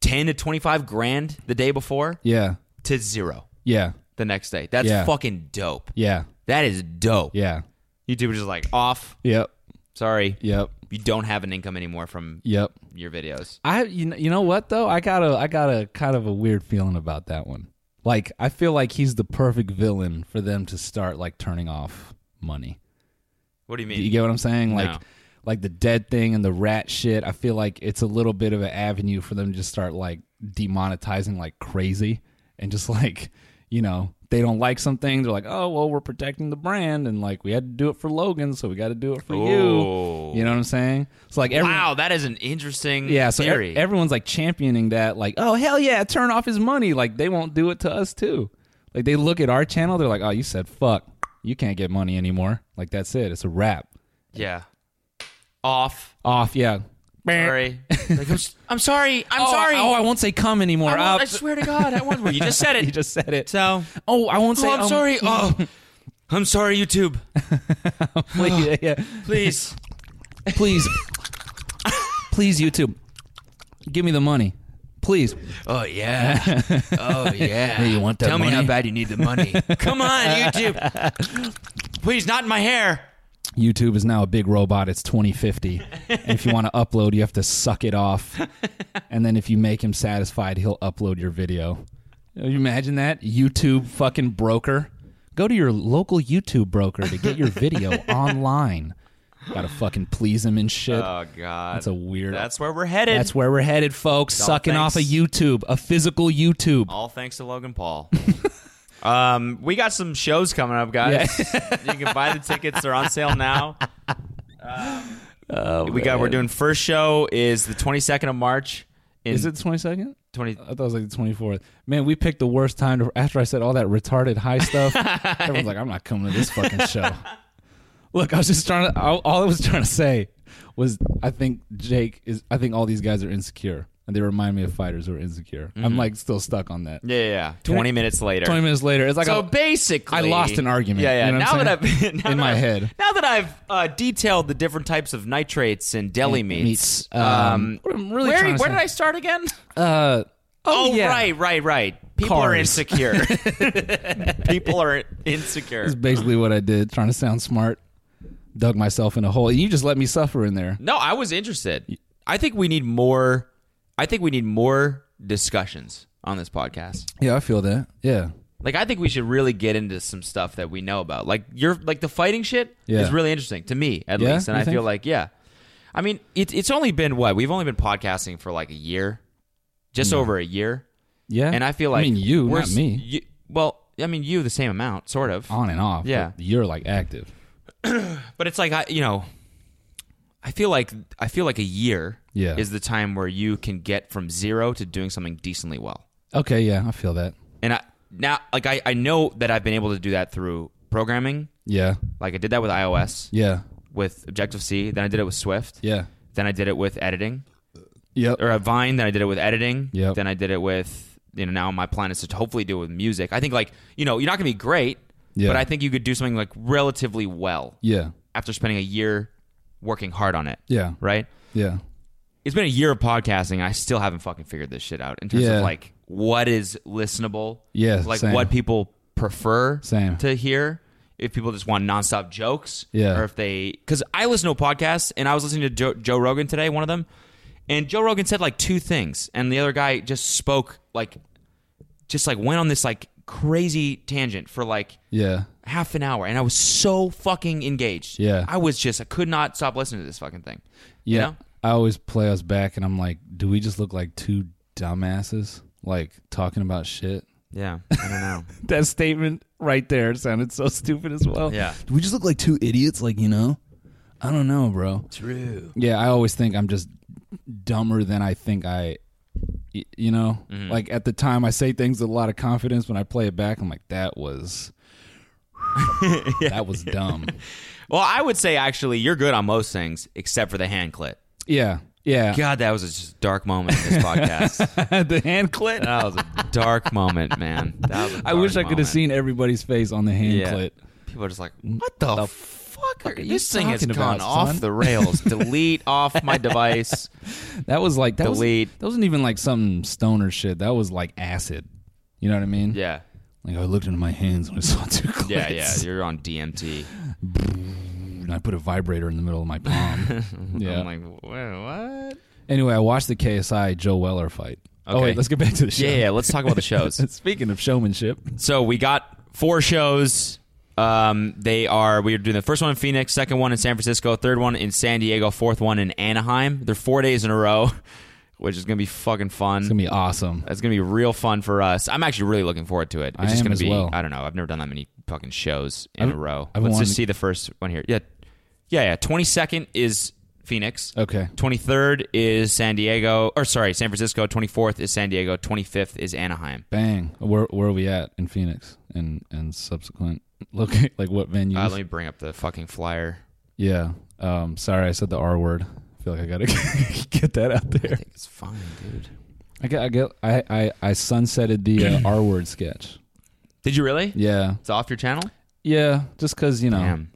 D: ten to twenty five grand the day before
C: Yeah.
D: to zero
C: Yeah.
D: the next day. That's
C: Yeah.
D: fucking dope.
C: Yeah.
D: That is dope.
C: Yeah.
D: YouTube is just like off.
C: Yep.
D: Sorry,
C: Yep.
D: you don't have an income anymore from
C: Yep.
D: your videos.
C: I you know, you know what though? I got a I got a kind of a weird feeling about that one. Like I feel like he's the perfect villain for them to start like turning off money.
D: What do you mean?
C: Do you get what I'm saying? Like
D: No.
C: like the dead thing and the rat shit. I feel like it's a little bit of an avenue for them to just start like demonetizing like crazy and just like, you know, they don't like something, they're like, "Oh, well, we're protecting the brand and like we had to do it for Logan, so we got to do it for
D: Ooh.
C: you." You know what I'm saying? It's like every
D: wow, that is an interesting
C: yeah, so e-
D: theory.
C: everyone's like championing that, like, oh hell yeah, turn off his money. Like they won't do it to us too. Like they look at our channel, they're like, oh, you said fuck, you can't get money anymore. Like that's it, it's a wrap.
D: yeah. Off.
C: Off, yeah.
D: Sorry. like, I'm, s- I'm sorry. I'm
C: Oh,
D: sorry.
C: Oh, I won't say come anymore.
D: I won't-
C: Uh,
D: I swear to God, I won't. You just said it.
C: you just said it.
D: so.
C: oh, I won't say.
D: Oh, I'm
C: um,
D: sorry. Oh, I'm sorry, YouTube.
C: please, yeah, yeah.
D: Please.
C: please, please, YouTube, give me the money, please.
D: Oh yeah. Oh yeah.
C: Hey, you want that
D: Tell me how
C: money?
D: bad you need the money. Come on, YouTube. Please, not in my hair.
C: YouTube is now a big robot. It's 2050. And if you want to upload, you have to suck it off. And then if you make him satisfied, he'll upload your video. Can you imagine that? YouTube fucking broker. Go to your local YouTube broker to get your video online. Gotta fucking please him and shit.
D: Oh God.
C: That's a weird-
D: That's where we're headed.
C: That's where we're headed, folks.
D: All
C: Sucking
D: thanks.
C: off a YouTube, a physical YouTube.
D: All thanks to Logan Paul. um, we got some shows coming up, guys. you can buy the tickets; they're on sale now. Um, we got. We're doing first show is the twenty second of March. In
C: Is it the 22nd?
D: twenty?
C: I thought it was like the 24th. Man, we picked the worst time to, after I said all that retarded high stuff. everyone's like, I'm not coming to this fucking show. Look, I was just trying to, all, all I was trying to say was I think Jake is, I think all these guys are insecure. and they remind me of fighters who are insecure. I'm like still stuck on that.
D: Mm-hmm. Yeah, yeah, yeah. Twenty minutes later.
C: Twenty minutes later, it's like oh,
D: so
C: a-
D: basically,
C: I lost an argument.
D: Yeah, yeah.
C: You know
D: now
C: what I'm
D: that
C: saying?
D: I've now
C: In
D: that
C: my
D: I've-
C: head.
D: now that I've uh, detailed the different types of nitrates and deli meats,
C: meats. Um, what I'm really
D: where,
C: trying to
D: where
C: say-
D: did I start again?
C: uh,
D: Oh,
C: yeah.
D: right, right, right. People are
C: Cars.
D: insecure. People are insecure.
C: That's basically what I did, trying to sound smart. Dug myself in a hole. You just let me suffer in there.
D: No, I was interested. I think we need more. I think we need more discussions on this podcast.
C: Yeah, I feel that. Yeah.
D: Like, I think we should really get into some stuff that we know about. Like, you're like the fighting shit
C: Yeah.
D: is really interesting to me, at
C: Yeah?
D: least, and
C: You
D: I feel
C: think?
D: like yeah. I mean, it's it's only been what we've only been podcasting for like a year, just over a year,
C: Yeah.
D: and I feel like
C: I mean, you,
D: we're
C: not
D: s-
C: me. Uh,
D: you- well, I mean, you the same amount, sort of.
C: on and off.
D: Yeah.
C: but you're like active.
D: But it's like I, you know, I feel like I feel like a year
C: Yeah.
D: is the time where you can get from zero to doing something decently well.
C: Okay, yeah, I feel that.
D: And I now like I, I know that I've been able to do that through programming.
C: Yeah,
D: Like I did that with iOS,
C: yeah,
D: with Objective C, then I did it with Swift,
C: yeah, Er,
D: then I did it with editing.
C: yep,
D: Or a Vine, then I did it with editing.
C: Yep.
D: Then I did it with you know, now my plan is to hopefully do it with music. I think like, you know, you're not gonna be great,
C: Yeah.
D: but I think you could do something like relatively well
C: yeah,
D: after spending a year working hard on it.
C: yeah,
D: Right?
C: yeah,
D: it's been a year of podcasting and I still haven't fucking figured this shit out in terms
C: Yeah.
D: of like what is listenable.
C: Yeah,
D: Like
C: same.
D: what people prefer
C: Same.
D: to hear. If people just want nonstop jokes.
C: Yeah.
D: Or if they because I listen to podcasts and I was listening to Joe, Joe Rogan today, one of them. And Joe Rogan said like two things, and the other guy just spoke like just like went on this like crazy tangent for like
C: yeah,
D: half an hour and I was so fucking engaged.
C: Yeah.
D: I was just I could not stop listening to this fucking thing. You
C: yeah.
D: know?
C: I always play us back, and I'm like, do we just look like two dumbasses, like talking about shit?
D: Yeah. I don't know.
C: That statement right there sounded so stupid as well.
D: Yeah.
C: do we just look like two idiots? Like you know, I don't know, bro. True. Yeah, I always think I'm just dumber than I think I. y- You know,
D: Mm-hmm.
C: like at the time, I say things with a lot of confidence. When I play it back, I'm like, that was. That was dumb.
D: Well, I would say actually you're good on most things except for the hand clit.
C: Yeah. Yeah.
D: God, that was a just dark moment in this podcast.
C: the hand clit.
D: that was a dark moment, man. That was a
C: I wish I
D: dark
C: could have
D: moment.
C: seen everybody's face on the hand
D: Yeah.
C: clit.
D: People are just like, what the, fuck? Are,
C: are you
D: this thing has
C: talking
D: gone
C: about,
D: off
C: son?
D: the rails. Delete off my device.
C: That was like that
D: Delete.
C: was that wasn't even like some stoner shit. That was like acid. You know what I mean?
D: Yeah.
C: Like I looked into my hands when I saw two clits.
D: Yeah, yeah. You're on DMT.
C: And I put a vibrator in the middle of my palm. yeah.
D: I'm like, "Wha- what?
C: anyway, I watched the KSI Joe Weller fight. Oh
D: Okay.
C: wait, let's get back to the show.
D: Yeah, yeah. Let's talk about the shows.
C: Speaking of showmanship,
D: So we got four shows. Um, they are we are doing the first one in Phoenix, second one in San Francisco, third one in San Diego, fourth one in Anaheim. They're four days in a row, which is gonna be fucking fun.
C: it's gonna be awesome.
D: That's gonna be real fun for us. I'm actually really looking forward to it. It's
C: I
D: just
C: am
D: gonna
C: as
D: be
C: well.
D: I don't know. I've never done that many fucking shows in
C: I've-
D: a row.
C: I've
D: Let's
C: wanted-
D: just see the first one here. Yeah, yeah, yeah. Twenty second is Phoenix.
C: Okay.
D: 23rd is San Diego, or sorry, San Francisco. 24th is San Diego. 25th is Anaheim.
C: Bang. Where where are we at in Phoenix and and subsequent locate like what venues?
D: Uh, let me bring up the fucking flyer.
C: Yeah. Um, sorry, I said the R word. I feel like I gotta get that out there.
D: think it's fine, dude.
C: I get, I get, I, I, I sunsetted the uh, R word sketch.
D: Did you really?
C: Yeah,
D: It's off your channel?
C: yeah, just because you know,
D: Damn.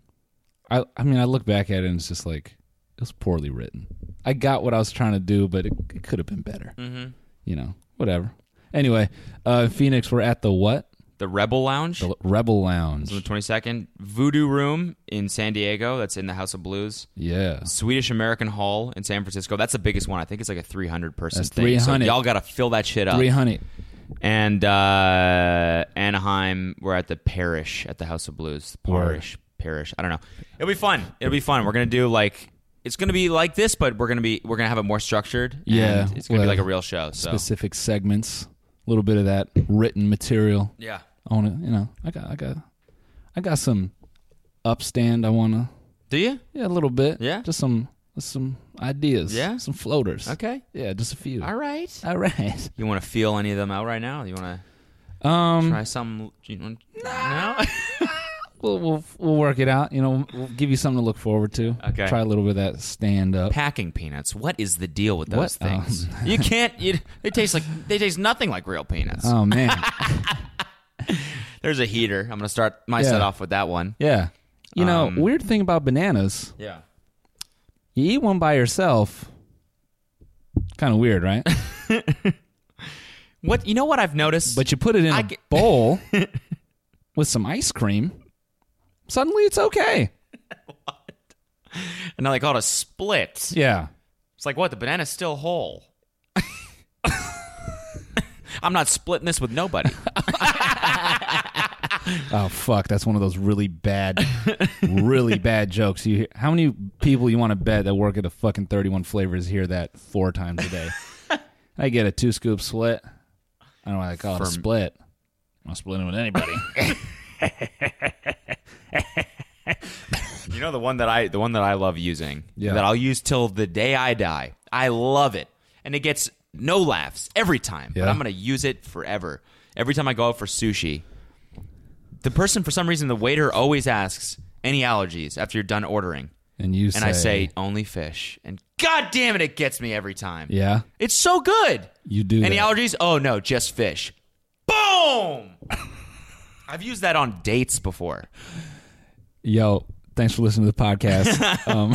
C: I, I mean, I look back at it and it's just like it was poorly written. I got what I was trying to do, but it, it could have been better.
D: Mm-hmm.
C: You know, whatever. Anyway, uh, Phoenix, we're at the what?
D: The Rebel Lounge
C: The
D: on
C: Rebel
D: the
C: Lounge.
D: 22nd. Voodoo Room in San Diego. That's in the House of Blues.
C: Yeah,
D: Swedish American Hall in San Francisco. That's the biggest one. I think it's like a 300 person
C: That's
D: thing. So
C: 300.
D: y'all got to fill that shit up.
C: three hundred.
D: And uh, Anaheim, we're at the Parish at the House of Blues. Parish, Parish. I don't know. It'll be fun. It'll be fun. We're gonna do like it's gonna be like this, but we're gonna be we're gonna have it more structured.
C: Yeah,
D: and it's gonna be
C: well,
D: like a real show. So
C: Specific segments, a little bit of that written material.
D: yeah.
C: I want to, you know, I got, I got, I got some upstand. I want to,
D: Do you?
C: yeah, a little bit,
D: Yeah?
C: just some, some ideas,
D: Yeah?
C: some floaters,
D: Okay.
C: yeah, just a few.
D: All right.
C: all right.
D: You want to feel any of them out right now? You want to
C: Um,
D: try some? You want, no.
C: we'll, we'll we'll work it out. You know, we'll give you something to look forward to.
D: Okay.
C: Try a little bit of that stand up.
D: Packing peanuts. What is the deal with those
C: What? Oh.
D: things? you can't. You, they taste like they taste nothing like real peanuts.
C: Oh man,
D: There's a heater. I'm gonna start my set
C: Yeah.
D: off with that one.
C: yeah. You know,
D: Um,
C: weird thing about bananas,
D: Yeah.
C: you eat one by yourself. Kind of weird, right?
D: What you know? What I've noticed.
C: But you put it in a
D: I get-
C: bowl with some ice cream. Suddenly, it's okay.
D: and now they call it a split.
C: Yeah.
D: It's like what the banana's still whole. I'm not splitting this with nobody.
C: Oh fuck, that's one of those really bad, really bad jokes. You hear. how many people you want to bet that work at a fucking thirty-one flavors hear that four times a day? I get a two-scoop split. I don't know why they call it a
D: For-
C: split. I'm not splitting with anybody.
D: You know the one that I the one that I love using.
C: Yeah.
D: That I'll use till the day I die. I love it. And it gets no laughs every time. But
C: Yeah.
D: I'm gonna use it forever. Every time I go out for sushi, the person for some reason the waiter always asks any allergies after you're done ordering.
C: and you
D: And I say only fish. And god damn it, it gets me every time.
C: yeah,
D: It's so good.
C: you do.
D: Any
C: that.
D: allergies? Oh no, just fish. Boom! I've used that on dates before.
C: Yo, thanks for listening to the podcast. um,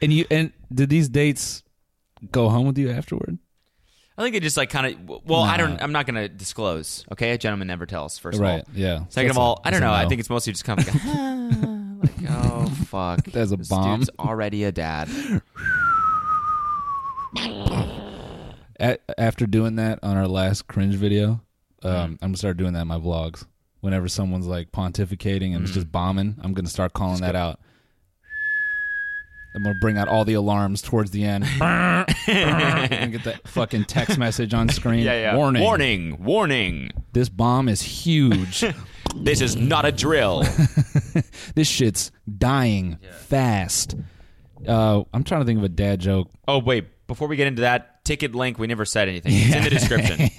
C: and you and did these dates go home with you afterward?
D: I think it just like kind of. Well, I don't. I'm not going to disclose. Okay, a gentleman never tells. First
C: Right,
D: of all,
C: yeah.
D: Second of
C: That's a-
D: all, I I don't
C: that's a
D: know. I
C: no.
D: think it's mostly just kind of like, "Ah," like, oh fuck,
C: That's a
D: this
C: bomb.
D: Dude's already a dad.
C: a- after doing that on our last cringe video, um, I'm gonna start doing that in my vlogs. Whenever someone's like pontificating and it's just bombing, I'm gonna start calling that out. I'm gonna bring out all the alarms towards the end. and get that fucking text message on screen. Warning.
D: warning, warning.
C: This bomb is huge.
D: This is not a drill.
C: this shit's dying fast. Uh, I'm trying to think of a dad joke.
D: oh wait, before we get into that ticket link, we never said anything. It's in the description.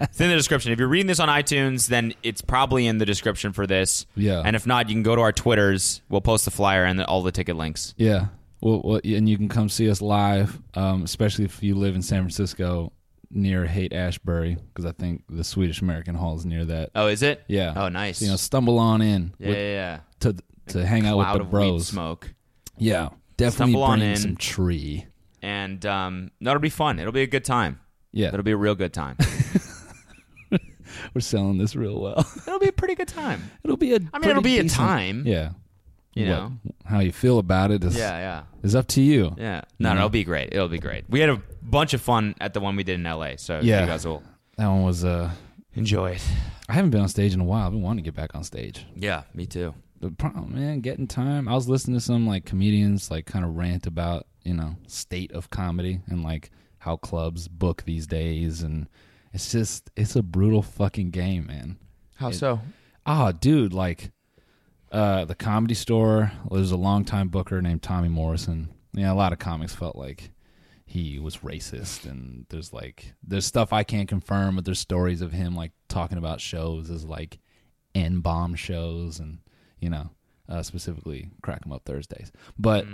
D: it's in the description. If you're reading this on iTunes, then it's probably in the description for this.
C: Yeah.
D: And if not, you can go to our Twitters. We'll post the flyer and the, all the ticket links.
C: Yeah. Well, well, and you can come see us live, um, especially if you live in San Francisco near Haight Ashbury, because I think the Swedish American Hall is near that.
D: Oh, is it?
C: Yeah.
D: Oh, nice.
C: So, you know, stumble on in
D: yeah,
C: with-
D: yeah, yeah.
C: to to hang out
D: Cloud
C: with the
D: of weed
C: bros.
D: smoke.
C: Yeah, definitely
D: Stumble on
C: bring
D: in.
C: some tree.
D: And um, that'll be fun. It'll be a good time.
C: Yeah,
D: It'll be a real good time.
C: we're selling this real well.
D: it'll be a pretty good time.
C: it'll be a.
D: I mean, it'll be a time,
C: Yeah.
D: You
C: What-
D: know.
C: how you feel about it is
D: Yeah, yeah.
C: is up to you.
D: Yeah. No,
C: Mm-hmm.
D: no, it'll be great. It'll be great. We had a bunch of fun at the one we did in LA, so
C: Yeah.
D: you guys will
C: That one was. Uh,
D: enjoy it.
C: I haven't been on stage in a while. I've been wanting to get back on stage.
D: Yeah, me too.
C: the problem, man, getting time. I was listening to some like comedians like kind of rant about you know state of comedy and like how clubs book these days, and it's just it's a brutal fucking game, man.
D: How so?
C: Ah, dude, like uh, the comedy store. There's a longtime booker named Tommy Morrison. Yeah, a lot of comics felt like he was racist, and there's like there's stuff I can't confirm, but there's stories of him like talking about shows as like n bomb shows, and you know uh, specifically crack 'em up Thursdays. But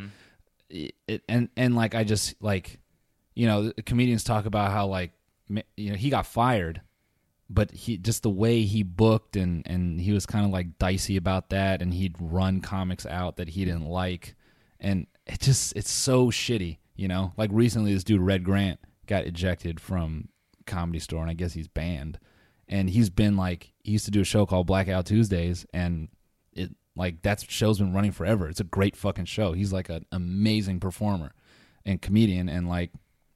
C: it, it, and and like I just like you know the comedians talk about how like ma- you know he got fired but he just the way he booked and and he was kind of like dicey about that and he'd run comics out that he didn't like and it just it's so shitty you know like recently this dude red grant got ejected from comedy store and i guess he's banned and he's been like he used to do a show called blackout tuesdays and it like that show's been running forever it's a great fucking show he's like an amazing performer and comedian and like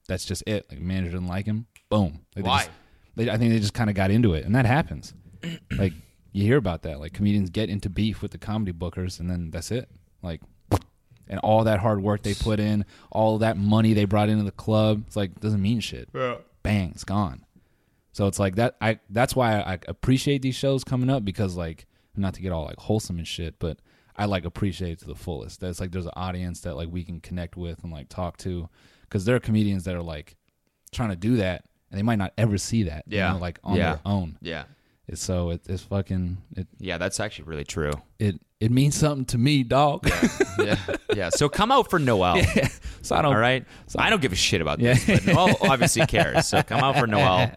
C: that's just it like manager didn't like him boom like, they
D: Why?
C: just- they, I think they just kind of got into it, and that happens. like you hear about that, like comedians get into beef with the comedy bookers, and then that's it. Like, and all that hard work they put in, all that money they brought into the club, it's like doesn't mean shit. Bang, it's gone. So it's like that. I that's why I, appreciate these shows coming up because like not to get all like wholesome and shit, but I like appreciate it to the fullest. That's like there's an audience that like we can connect with and like talk to because there are comedians that are like trying to do that and they might not ever see that. you
D: Yeah.
C: know, like on
D: Yeah.
C: their own.
D: Yeah.
C: It's so it, it's fucking it
D: Yeah, that's actually really true.
C: it it means something to me, dog.
D: Yeah, yeah. So come out for Noel.
C: so I don't.
D: All right. I don't give a shit about this. But Noel obviously cares. So come out for Noel.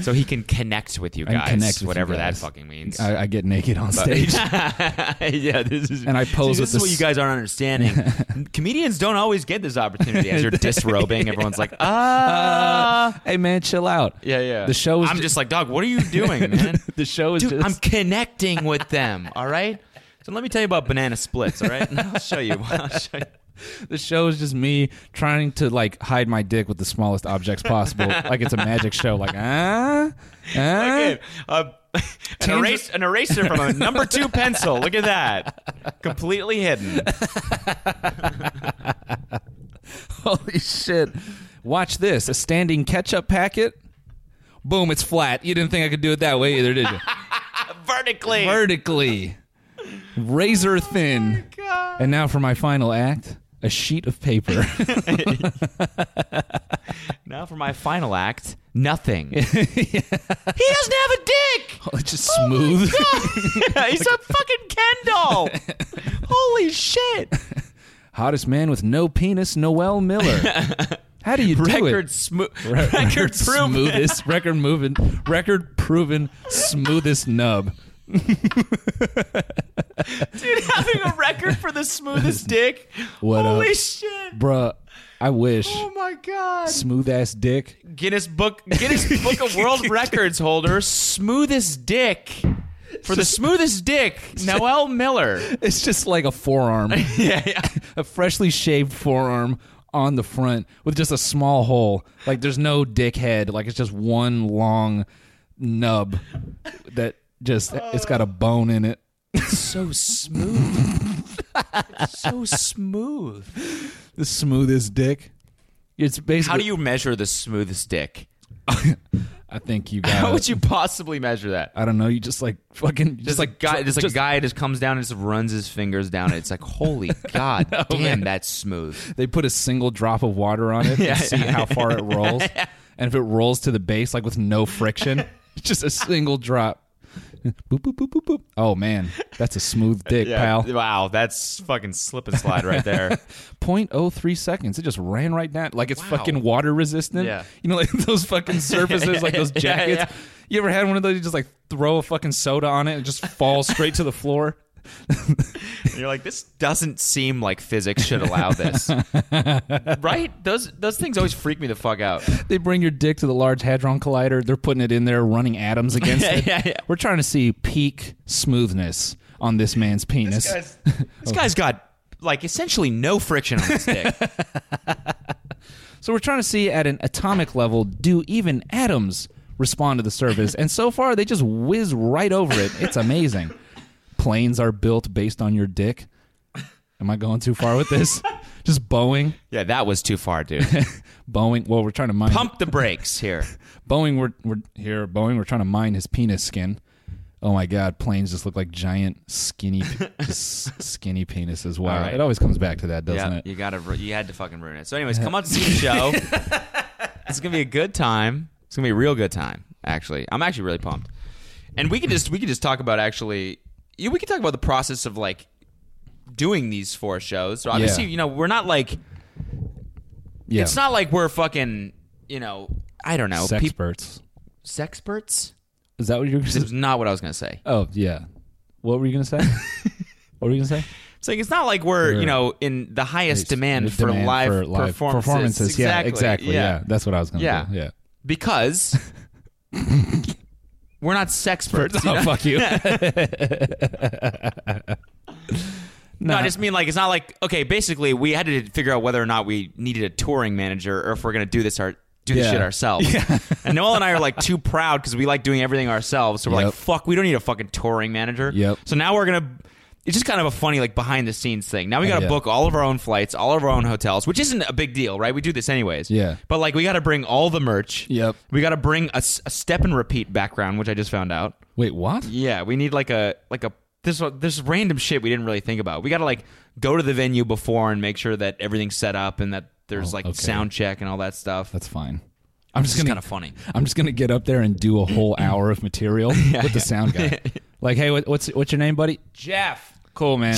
D: So he can connect with you
C: I can
D: guys,
C: connect with you
D: whatever
C: guys.
D: that fucking means.
C: I, I get naked on stage.
D: yeah, this is
C: And I pose
D: See,
C: with
D: this is what
C: this-
D: you guys aren't understanding. Comedians don't always get this opportunity. As you're disrobing, everyone's like, ah,
C: hey man, chill out.
D: yeah, yeah.
C: Uh, The show is
D: I'm
C: ju-
D: just like, dog, what are you doing, man?
C: the show is
D: Dude,
C: just
D: I'm connecting with them. All right. So let me tell you about banana splits. All right, And I'll show you. I'll show you.
C: the show is just me trying to like hide my dick with the smallest objects possible, like it's a magic show. Like ah, ah.
D: Look at, uh, an,
C: Change-
D: erase, an eraser from a number two pencil. Look at that. Completely hidden.
C: Holy shit! Watch this: a standing ketchup packet. Boom! It's flat. You didn't think I could do it that way either, did you?
D: Vertically.
C: vertically, razor
D: Oh
C: thin. And now for my final act, a sheet of paper.
D: now for my final act nothing. He doesn't have a dick.
C: just smooth.
D: Oh Yeah, he's a fucking Ken doll. Holy shit!
C: Hottest man with no penis, Noel Miller. How do you do
D: Record
C: it?
D: smooth.
C: Re-
D: Record proven.
C: smoothest, record moving, record proven, smoothest nub.
D: Dude, having a record for the smoothest dick.
C: What
D: Holy
C: up?
D: shit!
C: Bruh, I wish.
D: Oh my god.
C: Smooth ass dick.
D: Guinness Book Guinness Book of World Records holder, smoothest dick. For the smoothest dick, Noel Miller.
C: It's just like a forearm,
D: Yeah, yeah.
C: a freshly shaved forearm on the front with just a small hole. Like there's no dick head. Like it's just one long nub that just it's got a bone in it.
D: So smooth. so smooth.
C: The smoothest dick. It's basically.
D: How do you measure the smoothest dick?
C: I think you got.
D: How would you possibly measure that?
C: I don't know. You just like fucking.
D: There's
C: Just
D: like
C: like
D: guy, there's
C: Just,
D: like a guy just comes down and just runs his fingers down. It's like, holy god, damn, that's smooth.
C: they put a single drop of water on it and see how far it rolls. And if it rolls to the base like with no friction, just a single drop. Boop boop boop boop boop. Oh man, that's a smooth dick, pal.
D: Wow, that's fucking slip and slide right there.
C: 0.03 seconds. It just ran right down. Like it's
D: Wow.
C: fucking water resistant.
D: Yeah.
C: You know, like those fucking surfaces, like those
D: Yeah,
C: jackets.
D: yeah.
C: You ever had one of those? You just like throw a fucking soda on it and it just falls straight to the floor.
D: You're like, this doesn't seem like physics should allow this, right? Those those things always freak me the fuck out.
C: They bring your dick to the Large Hadron Collider. They're putting it in there, running atoms against
D: Yeah,
C: it.
D: yeah, yeah.
C: We're trying to see peak smoothness on this Oh. man's penis.
D: This guy's got like essentially no friction on his dick.
C: so we're trying to see at an atomic level do even atoms respond to the surface? and so far, they just whiz right over it. It's amazing. Planes are built based on your dick. Am I going too far with this? just Boeing,
D: yeah, that was too far, dude.
C: Boeing. Well, we're trying to mine
D: Pump the brakes here.
C: Boeing, we're, we're here. Boeing, we're trying to mine his penis skin. Oh my God, planes just look like giant skinny, just skinny penises. Wow,
D: All right.
C: it always comes back to that, doesn't
D: Yeah,
C: it?
D: you gotta, ru- you had to fucking ruin it. So, anyways, come out to see the show. it's gonna be a good time. It's gonna be a real good time. Actually, I'm actually really pumped. And we could just, we could just talk about actually, you, we could talk about the process of like doing these four shows. So obviously,
C: Yeah.
D: you know, we're not like.
C: Yeah,
D: It's not like we're fucking, you know, I don't know, peop-
C: sexperts.
D: sexperts.
C: Is that what you're?
D: This is not what I was gonna say.
C: Oh yeah. What were you gonna say? what were you gonna say?
D: It's like it's not like we're
C: Sure.
D: you know in the highest demand, for,
C: Demand
D: live
C: for live
D: performances.
C: Yeah, exactly. Yeah. that's what I was gonna
D: Yeah.
C: do. Yeah.
D: because we're not sexperts. you
C: Oh
D: know?
C: fuck you.
D: No, I just mean like it's not like okay. Basically, we had to figure out whether or not we needed a touring manager or if we're gonna do this our do this
C: Yeah.
D: shit ourselves. and Noel and I are like too proud because we like doing everything ourselves. So we're like,
C: Yep.
D: fuck, we don't need a fucking touring manager.
C: Yep.
D: So now we're gonna. It's just kind of a funny like behind the scenes thing. Now we got to
C: Yeah.
D: book all of our own flights, all of our own hotels, which isn't a big deal, right? We do this anyways.
C: Yeah.
D: But like we got to bring all the merch.
C: Yep.
D: We got to bring a, s- a step and repeat background, which I just found out.
C: Wait, what?
D: Yeah, we need like a like a this this random shit we didn't really think about. We got to like go to the venue before and make sure that everything's set up and that there's like
C: Oh, okay.
D: sound check and all that stuff.
C: That's fine. I'm just
D: It's
C: gonna
D: kinda funny.
C: I'm just gonna get up there and do a whole hour of material with the sound guy. like, hey, what, what's what's your name, buddy? Jeff. Cool, man.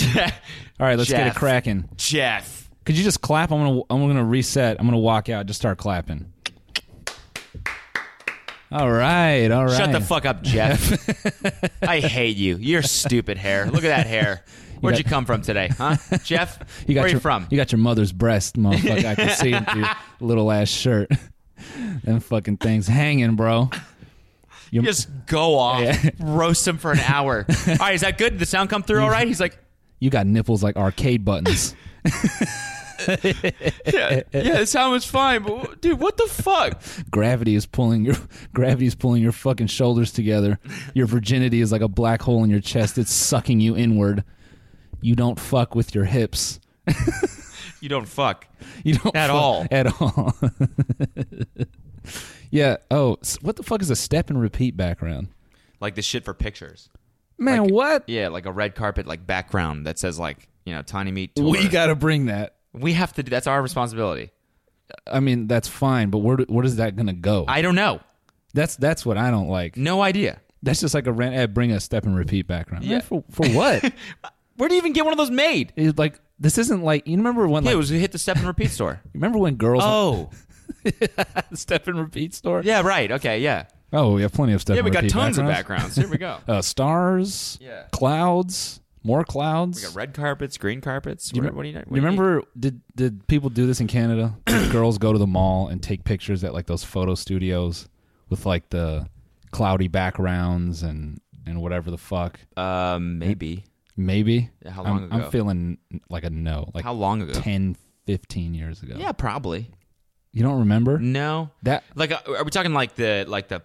C: All right, let's get
D: Jeff.
C: it cracking.
D: Jeff.
C: Could you just clap? I'm gonna I'm gonna reset. I'm gonna walk out. Just start clapping. All right, all right.
D: Shut the fuck up, Jeff. I hate you. Your stupid hair. Look at that hair. Where'd you,
C: got-
D: come from today, huh? Jeff,
C: You got
D: where are
C: your,
D: you from?
C: You got your mother's breast, motherfucker. I can see it through your little ass shirt. Them fucking things hanging, bro. Your-
D: just go off,
C: Yeah.
D: roast him for an hour. all right, is that good? Did the sound come through all right? He's like,
C: you got nipples like arcade buttons.
D: yeah, yeah, the sound was fine, but w- dude, what the fuck?
C: gravity is pulling your gravity is pulling your fucking shoulders together. Your virginity is like a black hole in your chest. It's sucking you inward. You don't fuck with your hips.
D: You don't fuck.
C: You don't
D: At
C: fuck
D: all.
C: at all. yeah. Oh, s- what the fuck is a step and repeat background?
D: Like the shit for pictures.
C: Man, what?
D: Yeah, like a red carpet like background that says like you know tiny meat. Tour.
C: We got to bring that.
D: we have to do that's our responsibility.
C: I mean, that's fine, but where do- where is that going to go?
D: I don't know.
C: that's that's what I don't like.
D: No idea.
C: That's just like a rent. eh, bring a step and repeat background.
D: Yeah.
C: Man, for for what?
D: Where do you even get one of those made?
C: It's like this isn't like you remember when
D: yeah,
C: like
D: it was hit the step and repeat store.
C: remember when girls
D: Oh,
C: step and repeat store?
D: yeah, right. Okay, yeah,
C: Oh, we have plenty of step.
D: yeah.
C: and
D: We got
C: repeat
D: tons of backgrounds.
C: backgrounds.
D: Here we go.
C: Uh, stars.
D: Yeah.
C: Clouds. More clouds.
D: We got red carpets, green carpets.
C: Do you,
D: What,
C: remem-
D: what do you, what
C: do
D: do
C: you
D: you need?
C: remember? Did did people do this in Canada? Did girls go to the mall and take pictures at like those photo studios with like the cloudy backgrounds and and whatever the fuck.
D: Um, maybe.
C: Maybe.
D: Yeah, how long
C: I'm,
D: ago?
C: I'm feeling like a no. Like
D: How long ago?
C: 10, 15 years ago.
D: Yeah, probably.
C: You don't remember
D: No.
C: that?
D: Like, uh, are we talking like the like the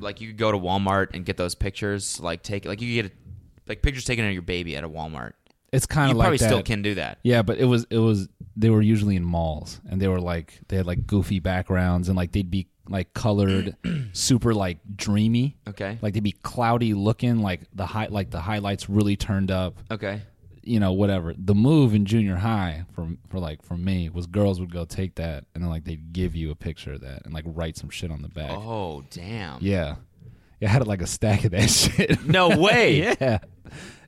D: like you could go to Walmart and get those pictures? Like, take like you could get a, like pictures taken of your baby at a Walmart.
C: It's kind
D: You
C: of like
D: probably
C: that.
D: still can do that.
C: Yeah, but it was it was they were usually in malls and they were like they had like goofy backgrounds and like they'd be like colored super like dreamy.
D: Okay.
C: Like they'd be cloudy looking, like the high like the highlights really turned up,
D: Okay.
C: you know, whatever. The move in junior high for for like for me was girls would go take that and then like they'd give you a picture of that and like write some shit on the back.
D: Oh damn.
C: Yeah. Yeah, I had like a stack of that shit.
D: No way.
C: yeah.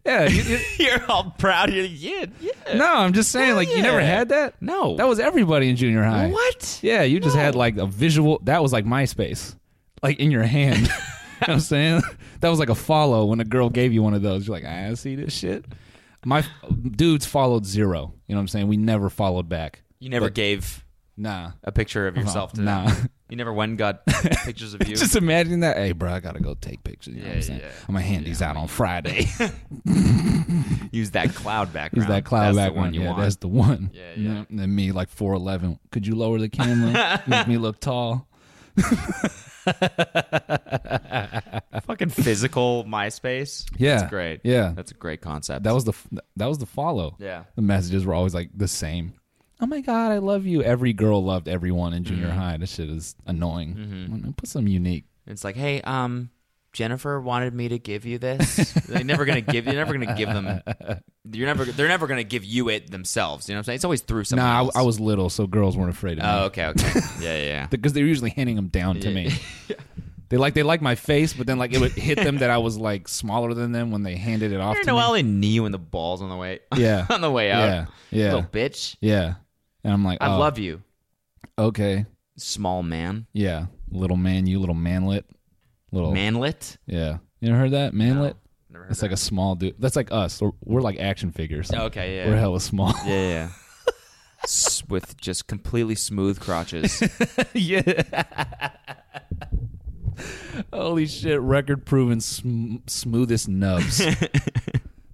C: Yeah, you- you-
D: You're all proud. You're like, yeah, yeah.
C: No, I'm just saying,
D: Hell
C: like you never
D: yeah.
C: had that.
D: No.
C: that was everybody in junior high.
D: What?
C: Yeah, you just had like a visual. That was like MySpace, like in your hand. you know what I'm saying that was like a follow when a girl gave you one of those. You're like, I see this shit. My dudes followed zero. You know what I'm saying? We never followed back.
D: You never gave
C: Nah.
D: a picture of yourself to
C: Uh-huh. nah.
D: them. You never went and got pictures of you.
C: Just imagine that. Hey, bro, I gotta go take pictures. You know what I'm
D: Yeah,
C: saying?
D: yeah.
C: I'm gonna hand these out on Friday.
D: Use that cloud background.
C: Use that
D: that's
C: cloud back
D: the one you
C: yeah,
D: want.
C: That's the one.
D: Yeah, yeah.
C: And then me like four eleven. Could you lower the camera? Make me look tall.
D: Fucking physical MySpace.
C: Yeah.
D: That's great.
C: Yeah.
D: That's a great concept.
C: That was the f- that was the follow.
D: Yeah.
C: The messages were always like the same. Oh my god, I love you. Every girl loved everyone in
D: Mm-hmm.
C: junior high. This shit is annoying. Mm, Put some unique.
D: It's like, hey, um, Jennifer wanted me to give you this. they're never gonna give. You're never gonna give them. You're never. They're never gonna give you it themselves. You know what I'm saying? It's always through someone.
C: Nah,
D: else.
C: I, I was little, so girls weren't afraid of
D: Oh,
C: me
D: okay, okay. Yeah, yeah. yeah.
C: because they were usually handing them down to me. They like they like my face, but then like it would hit them that I was like smaller than them when they handed it off
D: You're
C: to me.
D: Noelle and knee when the ball's on the way.
C: Yeah.
D: on the way out.
C: Yeah, yeah.
D: Oh Little bitch.
C: Yeah, and I'm like,
D: I
C: oh,
D: love you,
C: Okay,
D: small man.
C: yeah, little man, you little manlet, little
D: Manlet. Oh,
C: Yeah, you ever heard that Oh. manlet?
D: Never heard
C: That's
D: that.
C: like a small dude. That's like us. We're, we're like action figures.
D: Okay, yeah.
C: We're hella small.
D: Yeah, yeah, yeah. S- With just completely smooth crotches.
C: yeah. Holy shit! Record proven sm- smoothest nubs.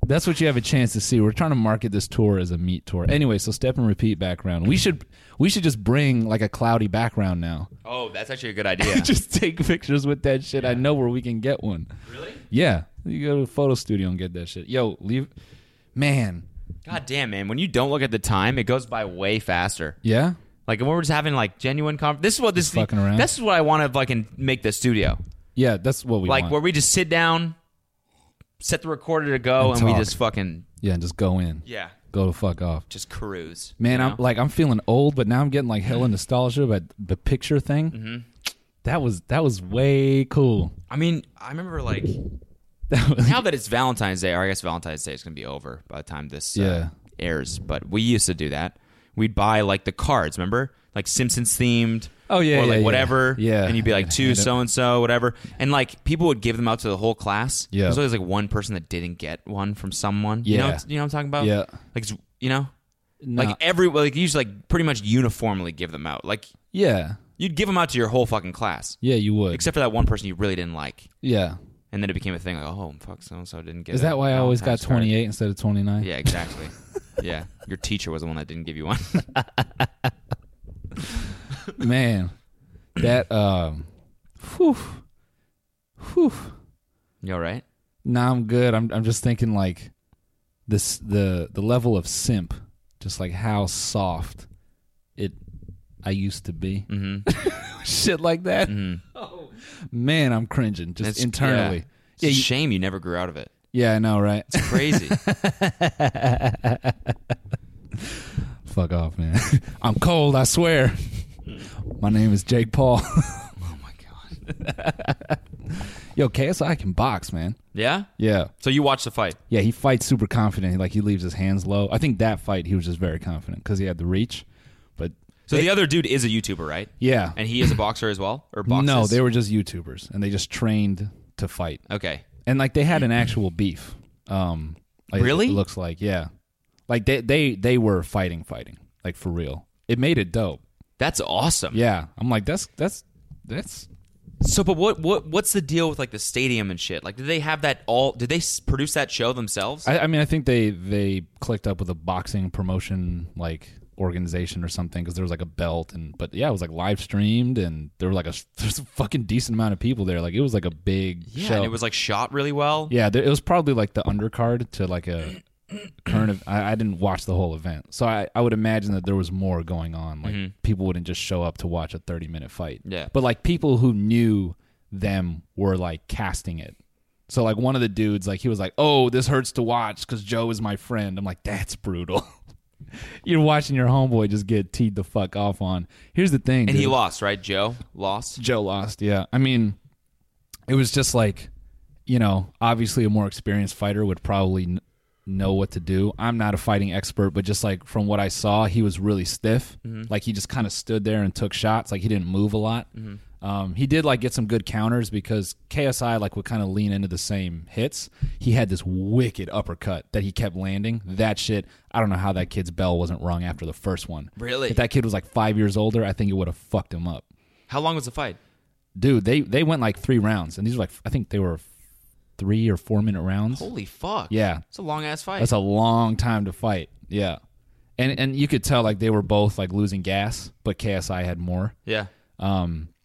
C: That's what you have a chance to see. We're trying to market this tour as a meat tour. Anyway, so step and repeat background. We should we should just bring like a cloudy background now.
D: oh, that's actually a good idea.
C: just take pictures with that shit. I know where we can get one. Really? Yeah. You go to a photo studio and get that shit. Yo, leave. Man.
D: God damn, man. When you don't look at the time, it goes by way faster.
C: Yeah.
D: Like when we're just having like genuine conversation. This is what this
C: fucking around.
D: This is what I want to fucking make the studio
C: Yeah, that's what we
D: like
C: want.
D: where we just sit down, set the recorder to go,
C: And
D: and, we
C: talk.
D: just fucking
C: yeah, and just go in.
D: yeah,
C: Go the fuck off.
D: just cruise.
C: Man,
D: you
C: I'm
D: know?
C: like I'm feeling old, but now I'm getting like hella nostalgia about the picture thing. Mm-hmm. that was that was way cool.
D: I mean, I remember like now that it's Valentine's Day, or I guess Valentine's Day is going to be over by the time this uh,
C: Yeah.
D: airs. But we used to do that. We'd buy like the cards, remember? Like Simpsons themed.
C: Oh, yeah,
D: or
C: yeah,
D: like
C: yeah.
D: whatever.
C: Yeah.
D: and you'd be like
C: And
D: two
C: hand 'em.
D: so and so, whatever. And like people would give them out to the whole class.
C: Yeah.
D: there's always like one person that didn't get one from someone. you know,
C: Yeah.
D: you know what I'm talking about.
C: Yeah.
D: like it's- you know,
C: Nah.
D: like every like you just like pretty much uniformly give them out. Like
C: Yeah,
D: you'd give them out to your whole fucking class,
C: yeah, you would.
D: except for that one person you really didn't like.
C: yeah,
D: And then it became a thing like, oh fuck, so and so didn't get. Oh,
C: is
D: a
C: that why I always got
D: Valentine's card.
C: twenty eight instead of twenty nine?
D: Yeah, exactly. yeah, your teacher was the one that didn't give you one.
C: man, that um, whew, whew.
D: you all right?
C: Nah, I'm good. I'm I'm just thinking like this the the level of simp, just like how soft it I used to be.
D: Mm. Mm-hmm.
C: Shit like that. Oh man, I'm cringing just
D: It's-
C: internally.
D: Mm-hmm. Yeah,
C: Yeah,
D: it's a
C: you-
D: shame you never grew out of it.
C: yeah, I know, right?
D: It's crazy.
C: Fuck off, man. I'm cold, I swear. My name is Jake Paul.
D: oh my god.
C: Yo, KSI can box, man.
D: Yeah.
C: Yeah.
D: So you watched the fight.
C: Yeah, he fights super confident. Like he leaves his hands low. I think that fight he was just very confident because he had the reach. But
D: So the other dude is a YouTuber, right?
C: yeah,
D: And he is a boxer as well, or boxes?
C: no, they were just YouTubers and they just trained to fight.
D: okay.
C: And like they had an actual beef. Um, like,
D: Really?
C: It looks like yeah, like they they they were fighting, fighting like for real. It made it dope.
D: That's awesome.
C: Yeah, I'm like that's that's that's
D: So, but what what what's the deal with like the stadium and shit? Like, did they have that all? Did they s- produce that show themselves?
C: I, I mean, I think they they clicked up with a boxing promotion like organization or something because there was like a belt and but yeah, it was like live streamed and there were like a there's a fucking decent amount of people there. Like it was like a big
D: yeah,
C: show.
D: and it was like shot really well.
C: yeah, there, it was probably like the undercard to like a current. Ev- I, I didn't watch the whole event, so I I would imagine that there was more going on. Like people wouldn't just show up to watch a thirty minute fight.
D: Mm-hmm. Yeah.
C: but like people who knew them were like casting it. So like one of the dudes, like he was like, "Oh, this hurts to watch because Joe is my friend." I'm like, "That's brutal." You're watching your homeboy just get teed the fuck off on. Here's the thing,
D: And he
C: dude.
D: lost, right? Joe lost.
C: Joe lost. Yeah, I mean, it was just like, you know, obviously a more experienced fighter would probably kn- know what to do. I'm not a fighting expert, but just like from what I saw, he was really stiff. Like he just kind of stood there and took shots. Like he didn't move a lot. Um, he did like get some good counters because KSI like would kind of lean into the same hits. He had this wicked uppercut that he kept landing. That shit, I don't know how that kid's bell wasn't rung after the first one.
D: Really?
C: If that kid was like five years older, I think it would have fucked him up
D: How long was the fight?
C: dude they they went like three rounds and these were like i think they were three or four minute rounds
D: Holy fuck!
C: Yeah.
D: it's a long ass fight.
C: that's a long time to fight yeah and and you could tell like they were both like losing gas but ksi had more
D: yeah.
C: um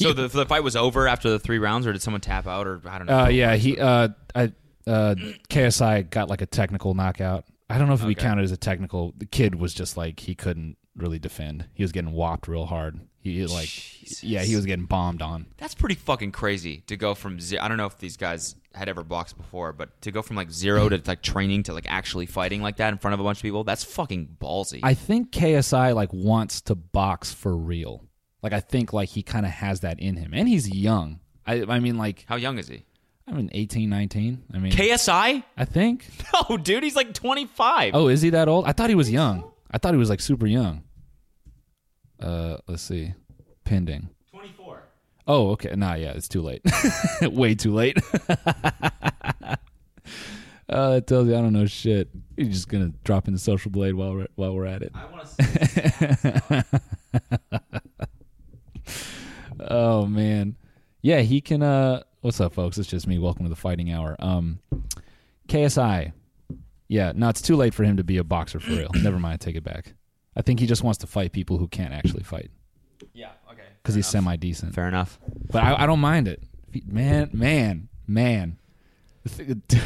D: So the, the fight was over after the three rounds, or did someone tap out, or I don't know.
C: uh yeah he uh i uh ksi got like a technical knockout i don't know if it would be counted as a technical the kid was just like he couldn't really defend he was getting whopped real hard he like yeah he was getting bombed on
D: That's pretty fucking crazy to go from zero. I don't know if these guys had ever boxed before, but to go from like zero to like training to like actually fighting like that in front of a bunch of people, that's fucking ballsy.
C: I think KSI like wants to box for real. Like I think like he kind of has that in him, and he's young. I I mean like
D: How young is he?
C: I mean 18, 19. I mean
D: KSI?
C: I think.
D: No, dude, he's like 25.
C: Oh, is he that old? I thought he was young. I thought he was like super young. Uh, let's see, pending.
D: 24.
C: Oh, okay. Nah, yeah, it's too late. Way too late. uh, that tells you I don't know shit. You're just gonna drop into Social Blade while we're, while we're at it.
D: I want to see.
C: Oh man. Yeah, he can uh what's up folks? It's just me. Welcome to the fighting hour. Um KSI. Yeah, no, it's too late for him to be a boxer for real. Never mind, I take it back. I think he just wants to fight people who can't actually fight
D: yeah, okay.
C: because he's semi decent.
D: Fair enough.
C: But I, I don't mind it. If he- Man, man, man. The thi-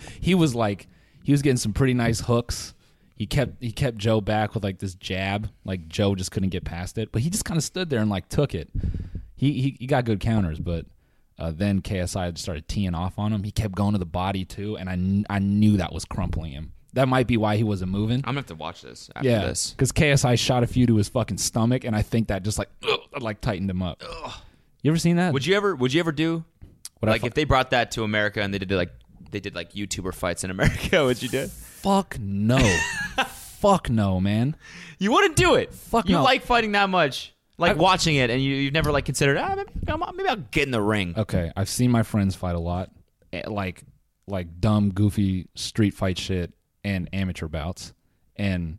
C: he was like he was getting some pretty nice hooks. He kept he kept Joe back with like this jab. Like Joe just couldn't get past it, but he just kind of stood there and like took it. He he, he got good counters, but uh, then KSI started teeing off on him. He kept going to the body too, and I kn- I knew that was crumpling him. That might be why he wasn't moving.
D: I'm gonna have to watch this after
C: yeah,
D: this.
C: because KSI shot a few to his fucking stomach, and I think that just like like tightened him up. You ever seen that?
D: Would you ever? Would you ever do?
C: Would I
D: like
C: fu-
D: if they brought that to America and they did like they did like YouTuber fights in America, would you do?
C: Fuck no. Fuck no, man.
D: You wouldn't do it.
C: Fuck
D: You
C: no.
D: like fighting that much, like watching it, and you, you've never like considered. Ah, maybe, I'm- maybe I'll get in the ring.
C: Okay, I've seen my friends fight a lot, eh, like like dumb, goofy street fight shit and amateur bouts, and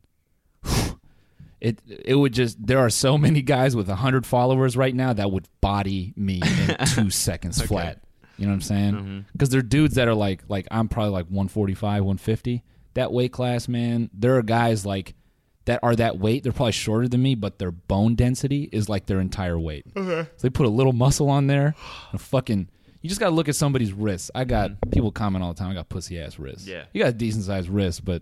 C: it it would just there are so many guys with hundred followers right now that would body me in two seconds flat. You know what I'm saying?
D: Mm-hmm.
C: Because they're dudes that are like like I'm probably like 145, 150 that weight class, man. There are guys like that are that weight. They're probably shorter than me, but their bone density is like their entire weight. Okay. So they put a little muscle on there. And fucking, you just gotta look at somebody's wrists. I got people comment all the time. I got pussy ass wrists.
D: Mm-hmm. Yeah.
C: you got a decent sized wrist, but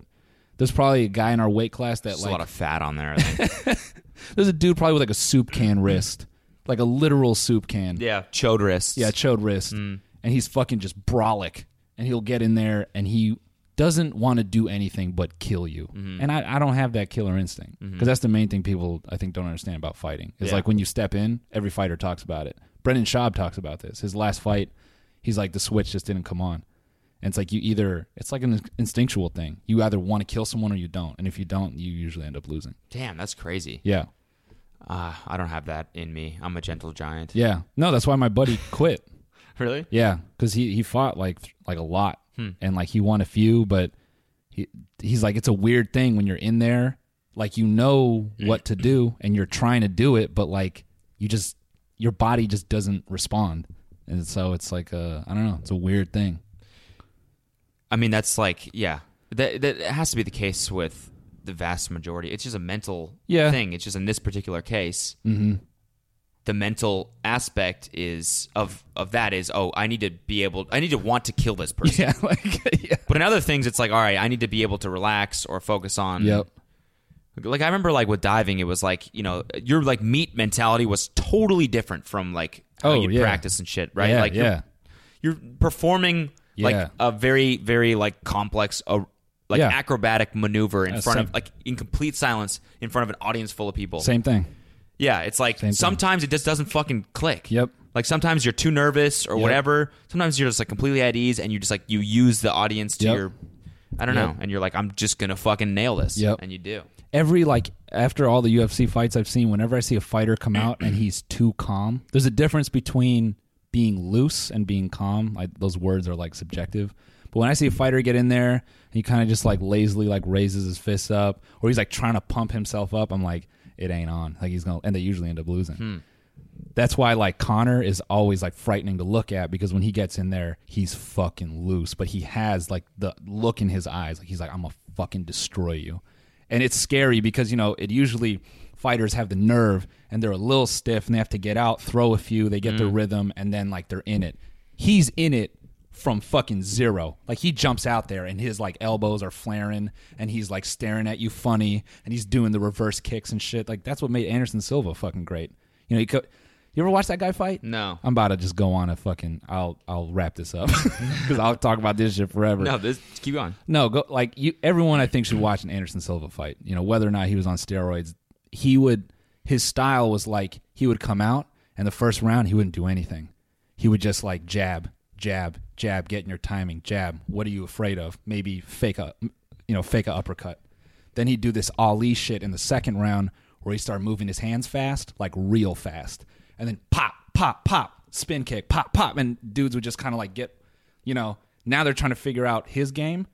C: there's probably a guy in our weight class that
D: There's
C: like
D: a lot of fat on there. I think.
C: there's a dude probably with like a soup can wrist, like a literal soup can.
D: yeah, chode wrists.
C: Yeah, chode wrist. And he's fucking just brolic. And he'll get in there and he doesn't want to do anything but kill you. And I, I don't have that killer instinct. Because that's the main thing people, I think, don't understand about fighting. Is
D: Yeah.
C: like when you step in, every fighter talks about it. Brendan Schaub talks about this. His last fight, he's like, the switch just didn't come on. And it's like you either, it's like an instinctual thing. You either want to kill someone or you don't. And if you don't, you usually end up losing.
D: Damn, that's crazy.
C: Yeah.
D: Uh, I don't have that in me. I'm a gentle giant.
C: Yeah. No, that's why my buddy quit.
D: Really?
C: Yeah, because he he fought like th- like a lot,
D: Hmm.
C: and like he won a few, but he he's like it's a weird thing when you're in there, like you know
D: Mm.
C: what to do and you're trying to do it, but like you just your body just doesn't respond, and so it's like a I don't know, it's a weird thing.
D: I mean, that's like, yeah, that that it has to be the case with the vast majority. It's just a mental
C: Yeah. Mm-hmm.
D: thing. It's just in this particular case, the mental aspect is of of that is oh, I need to be able, I need to want to kill this person.
C: Yeah, like yeah,
D: But in other things, it's like all right, I need to be able to relax or focus on.
C: yep,
D: Like I remember, like with diving, it was like you know your like meat mentality was totally different from like how
C: Oh,
D: you
C: yeah.
D: practice and shit, right?
C: Yeah,
D: like you're-
C: yeah,
D: you're performing
C: Yeah.
D: like a very very like complex uh, like
C: Yeah.
D: acrobatic maneuver in
C: Uh,
D: front
C: same-
D: of like in complete silence in front of an audience full of people
C: same thing.
D: yeah it's like
C: thing.
D: sometimes it just doesn't fucking click
C: Yep.
D: like sometimes you're too nervous or whatever sometimes you're just like completely at ease and you just like you use the audience to
C: Yep.
D: your i don't know and you're like i'm just gonna fucking nail this
C: Yep.
D: and you do
C: every like after all the UFC fights I've seen, whenever I see a fighter come out and he's too calm, there's a difference between being loose and being calm. Like those words are like subjective. But when I see a fighter get in there and he kind of just like lazily like raises his fists up or he's like trying to pump himself up, I'm like, it ain't on. Like he's gonna and they usually end up losing. That's why like Connor is always like frightening to look at because when he gets in there, he's fucking loose, but he has like the look in his eyes. Like he's like, I'm gonna fucking destroy you. And it's scary because, you know, it usually fighters have the nerve and they're a little stiff and they have to get out, throw a few, they get their rhythm, and then like they're in it. He's in it from fucking zero. Like he jumps out there and his like elbows are flaring and he's like staring at you funny and he's doing the reverse kicks and shit. Like that's what made Anderson Silva fucking great. You know, you could you ever watch that guy fight?
D: No.
C: I'm about to just go on a fucking I'll I'll wrap this up cuz I'll talk about this shit forever.
D: no this keep going
C: No, go like you. Everyone, I think, should watch an Anderson Silva fight. You know, whether or not he was on steroids, he would. His style was like he would come out, and the first round he wouldn't do anything. He would just like jab, jab, jab, get in your timing, jab. What are you afraid of? Maybe fake a, you know, fake a uppercut. Then he'd do this Ali shit in the second round where he started moving his hands fast, like real fast, and then pop, pop, pop, spin kick, pop, pop, and dudes would just kind of like get, you know. Now they're trying to figure out his game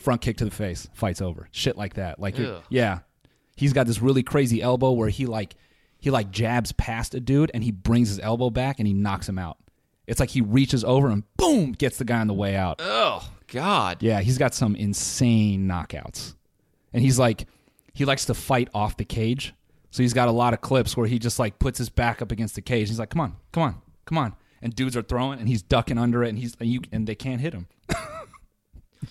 C: front kick to the face, fight's over. Shit like that. Like you're- yeah. He's got this really crazy elbow where he like he like jabs past a dude and he brings his elbow back and he knocks him out. It's like he reaches over and boom gets the guy on the way out.
D: oh god
C: Yeah, he's got some insane knockouts. And he's like he likes to fight off the cage. So he's got a lot of clips where he just like puts his back up against the cage. He's like, "Come on. Come on. Come on." And dudes are throwing and he's ducking under it and he's and you and they can't hit him.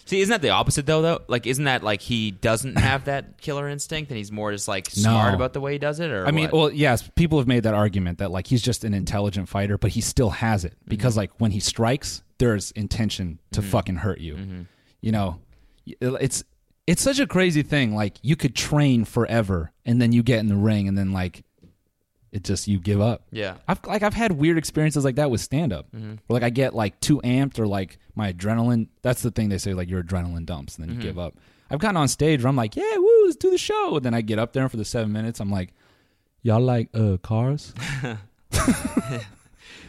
D: See, isn't that the opposite though? Though, like, isn't that like he doesn't have that killer instinct, and he's more just like smart about the way he does it? Or
C: I mean,
D: what?
C: well, yes, people have made that argument that like he's just an intelligent fighter, but he still has it
D: Mm-hmm.
C: because like when he
D: Mm-hmm.
C: strikes, there's intention to fucking hurt you. You know, y- it's it's such a crazy thing. Like you could train forever, and then you get in the ring, and then like it just you give up.
D: Yeah.
C: I've like I've had weird experiences like that with stand up, where like I get like too amped or like my adrenaline. That's the thing they say, like your adrenaline dumps, and then you give up. I've gotten on stage where I'm like, yeah, woo, let's do the show. And then I get up there for the seven minutes. I'm like, y'all like uh cars,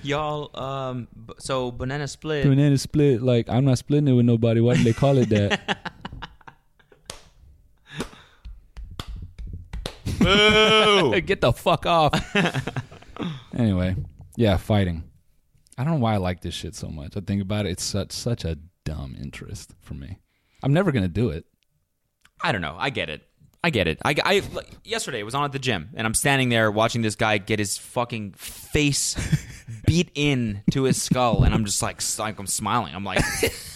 D: Y'all, um, b- so banana split.
C: banana split. Like I'm not splitting it with nobody. Why do they call it that?
D: Boo!
C: Get the fuck off. anyway, yeah, fighting. I don't know why I like this shit so much. I think about it. It's such such a dumb interest for me. I'm never gonna do it.
D: I don't know. I get it. I get it. I, I like, yesterday I was on at the gym and I'm standing there watching this guy get his fucking face beat in to his skull and I'm just like, s- like I'm smiling. I'm like,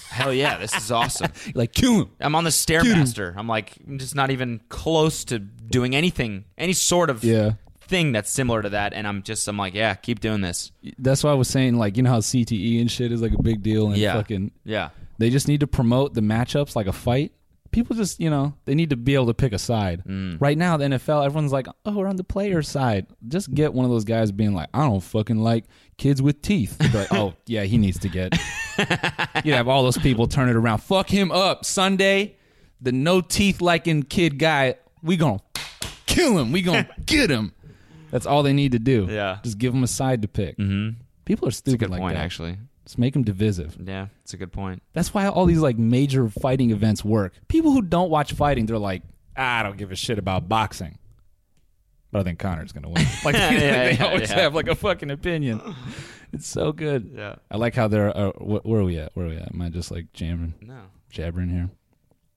D: hell yeah, this is awesome.
C: Like kill him.
D: I'm on the stairmaster. I'm like, I'm just not even close to doing anything, any sort of
C: Yeah.
D: thing that's similar to that. And I'm just, I'm like, yeah, keep doing this.
C: That's why I was saying like you know how CTE and shit is like a big deal and
D: Yeah.
C: fucking
D: Yeah.
C: they just need to promote the matchups like a fight. People just you know they need to be able to pick a side.
D: Mm.
C: Right now the NFL everyone's like oh we're on the player side. Just get one of those guys being like I don't fucking like kids with teeth. Be like, oh yeah he needs to get. you have all those people turn it around. Fuck him up Sunday. The no teeth liking kid guy we gonna kill him. We gonna get him. That's all they need to do.
D: Yeah.
C: just give him a side to pick. Mm-hmm. People are stupid
D: Good
C: like
D: point,
C: that.
D: actually.
C: Just make them divisive.
D: Yeah, it's a good point.
C: That's why all these like major fighting events work. People who don't watch fighting, they're like, "Ah, I don't give a shit about boxing. But I think Connor's gonna win. Like they
D: yeah,
C: always
D: yeah.
C: have like a fucking opinion. It's so good.
D: Yeah.
C: I like how they're. Uh, wh- where are we at? Where are we at? Am I just like jamming,
D: No.
C: jabbering here?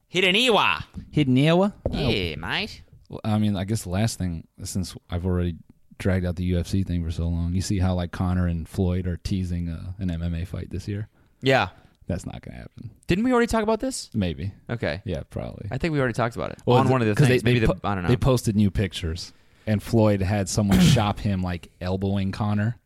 D: Hit an Iwa.
C: Hidden Iowa.
D: Yeah, mate.
C: Well, I mean, I guess the last thing since I've already dragged out the UFC thing for so long, you see how like Connor and Floyd are teasing uh, an MMA fight this year.
D: Yeah.
C: That's not gonna happen.
D: Didn't we already talk about this?
C: Maybe.
D: Okay.
C: Yeah, probably.
D: I think we already talked about it
C: Well,
D: on
C: th-
D: one of the
C: 'cause
D: things. Maybe
C: po-
D: the, I don't know.
C: They posted new pictures, and Floyd had someone shop him like elbowing Connor,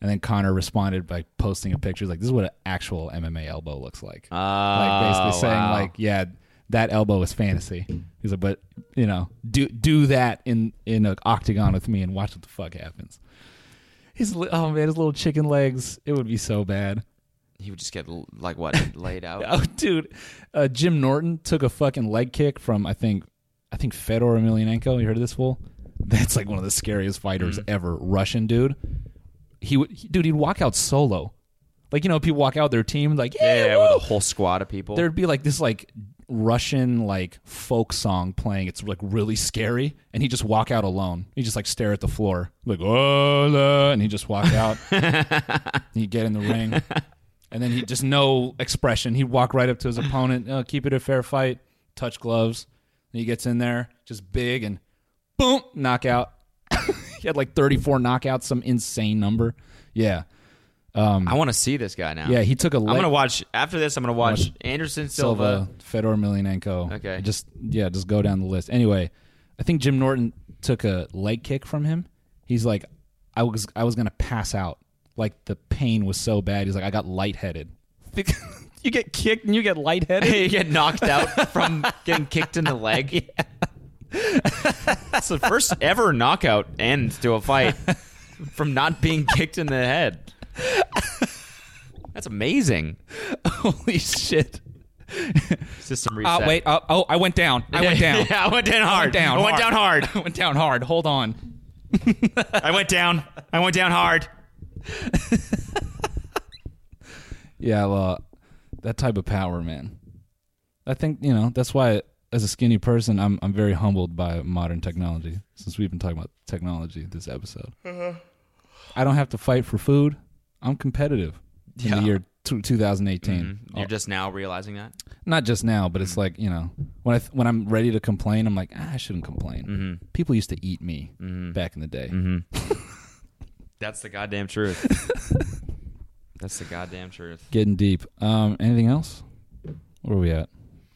C: and then Connor responded by posting a picture like, "This is what an actual MMA elbow looks like."
D: oh,
C: like basically saying
D: wow.
C: like, "Yeah, that elbow is fantasy." He's like, "But you know, do do that in in an octagon with me and watch what the fuck happens." His li- oh man, his little chicken legs. It would be so bad.
D: he would just get l- like what laid out.
C: Oh, dude, uh, Jim Norton took a fucking leg kick from I think I think Fedor Emelianenko. You heard of this fool? That's like one of the scariest fighters
D: Mm.
C: ever. Russian dude. He would, he- dude, he'd walk out solo. Like you know, people walk out their team like yeah,
D: Yeah,
C: woo!"
D: with a whole squad of people.
C: there'd be like this like Russian like folk song playing. It's like really scary, and he just walk out alone. He just like stare at the floor, like "Hola," and he just walk out. he would get in the ring, and then he just no expression. He'd walk right up to his opponent, oh, keep it a fair fight, touch gloves. And he gets in there, just big and boom, knockout. he had like 34 knockouts, some insane number. Yeah,
D: I want to see this guy now.
C: yeah. He took a.
D: I'm gonna watch after this. I'm gonna watch Anderson Silva.
C: Silva, Fedor Emelianenko.
D: Okay.
C: Just yeah, just go down the list. Anyway, I think Jim Norton took a leg kick from him. He's like, I was I was gonna pass out. Like the pain was so bad. He's like, I got lightheaded. you get kicked and you get lightheaded.
D: you get knocked out from getting kicked in the leg. That's the first ever knockout end to a fight from not being kicked in the head. That's amazing.
C: Holy shit!
D: System
C: Oh
D: reset.
C: wait, oh, oh, I went down. I went down.
D: yeah, Uh, I went down
C: I
D: hard.
C: went down.
D: I went down hard.
C: I went down hard. Hold on.
D: I went down. I went down hard.
C: Yeah, well, that type of power, man. I think you know that's why, as a skinny person, I'm I'm very humbled by modern technology. Since we've been talking about technology this episode, I don't have to fight for food. I'm competitive in
D: Yeah.
C: the year two, 2018.
D: You're just now realizing that.
C: Not just now, but it's like you know when I th- when I'm ready to complain, I'm like ah, I shouldn't complain. People used to eat me back in the day.
D: That's the goddamn truth. That's the goddamn truth.
C: Getting deep. Um, anything else? Where are we at?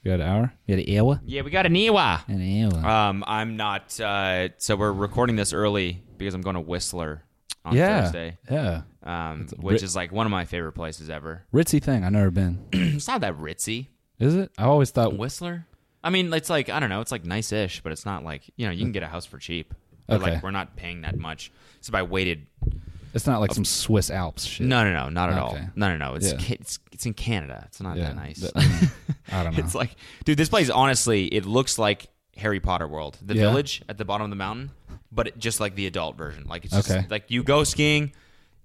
C: We got an hour. We got an hour.
D: Yeah, we got a Niwa.
C: An hour.
D: Um, I'm not. Uh, so we're recording this early because I'm going to Whistler on
C: yeah.
D: Thursday,
C: Yeah.
D: um, which
C: ri-
D: is like one of my favorite places ever.
C: Ritzy thing. I've never been.
D: It's not that ritzy.
C: Is it? I always thought
D: Whistler. I mean, it's like I don't know. It's like nice-ish, but it's not like you know you can get a house for cheap. But,
C: Okay.
D: Like we're not paying that much. So if I waited,
C: It's not like some Swiss Alps shit.
D: no, no, no, not at all.
C: Okay.
D: No, no, no. It's
C: Yeah.
D: ca- it's it's in Canada. It's not that nice.
C: that- I don't know.
D: it's like, dude, this place honestly, it looks like Harry Potter World, the
C: Yeah.
D: village at the bottom of the mountain, but it, just like the adult version. Like it's just,
C: Okay.
D: like you go skiing,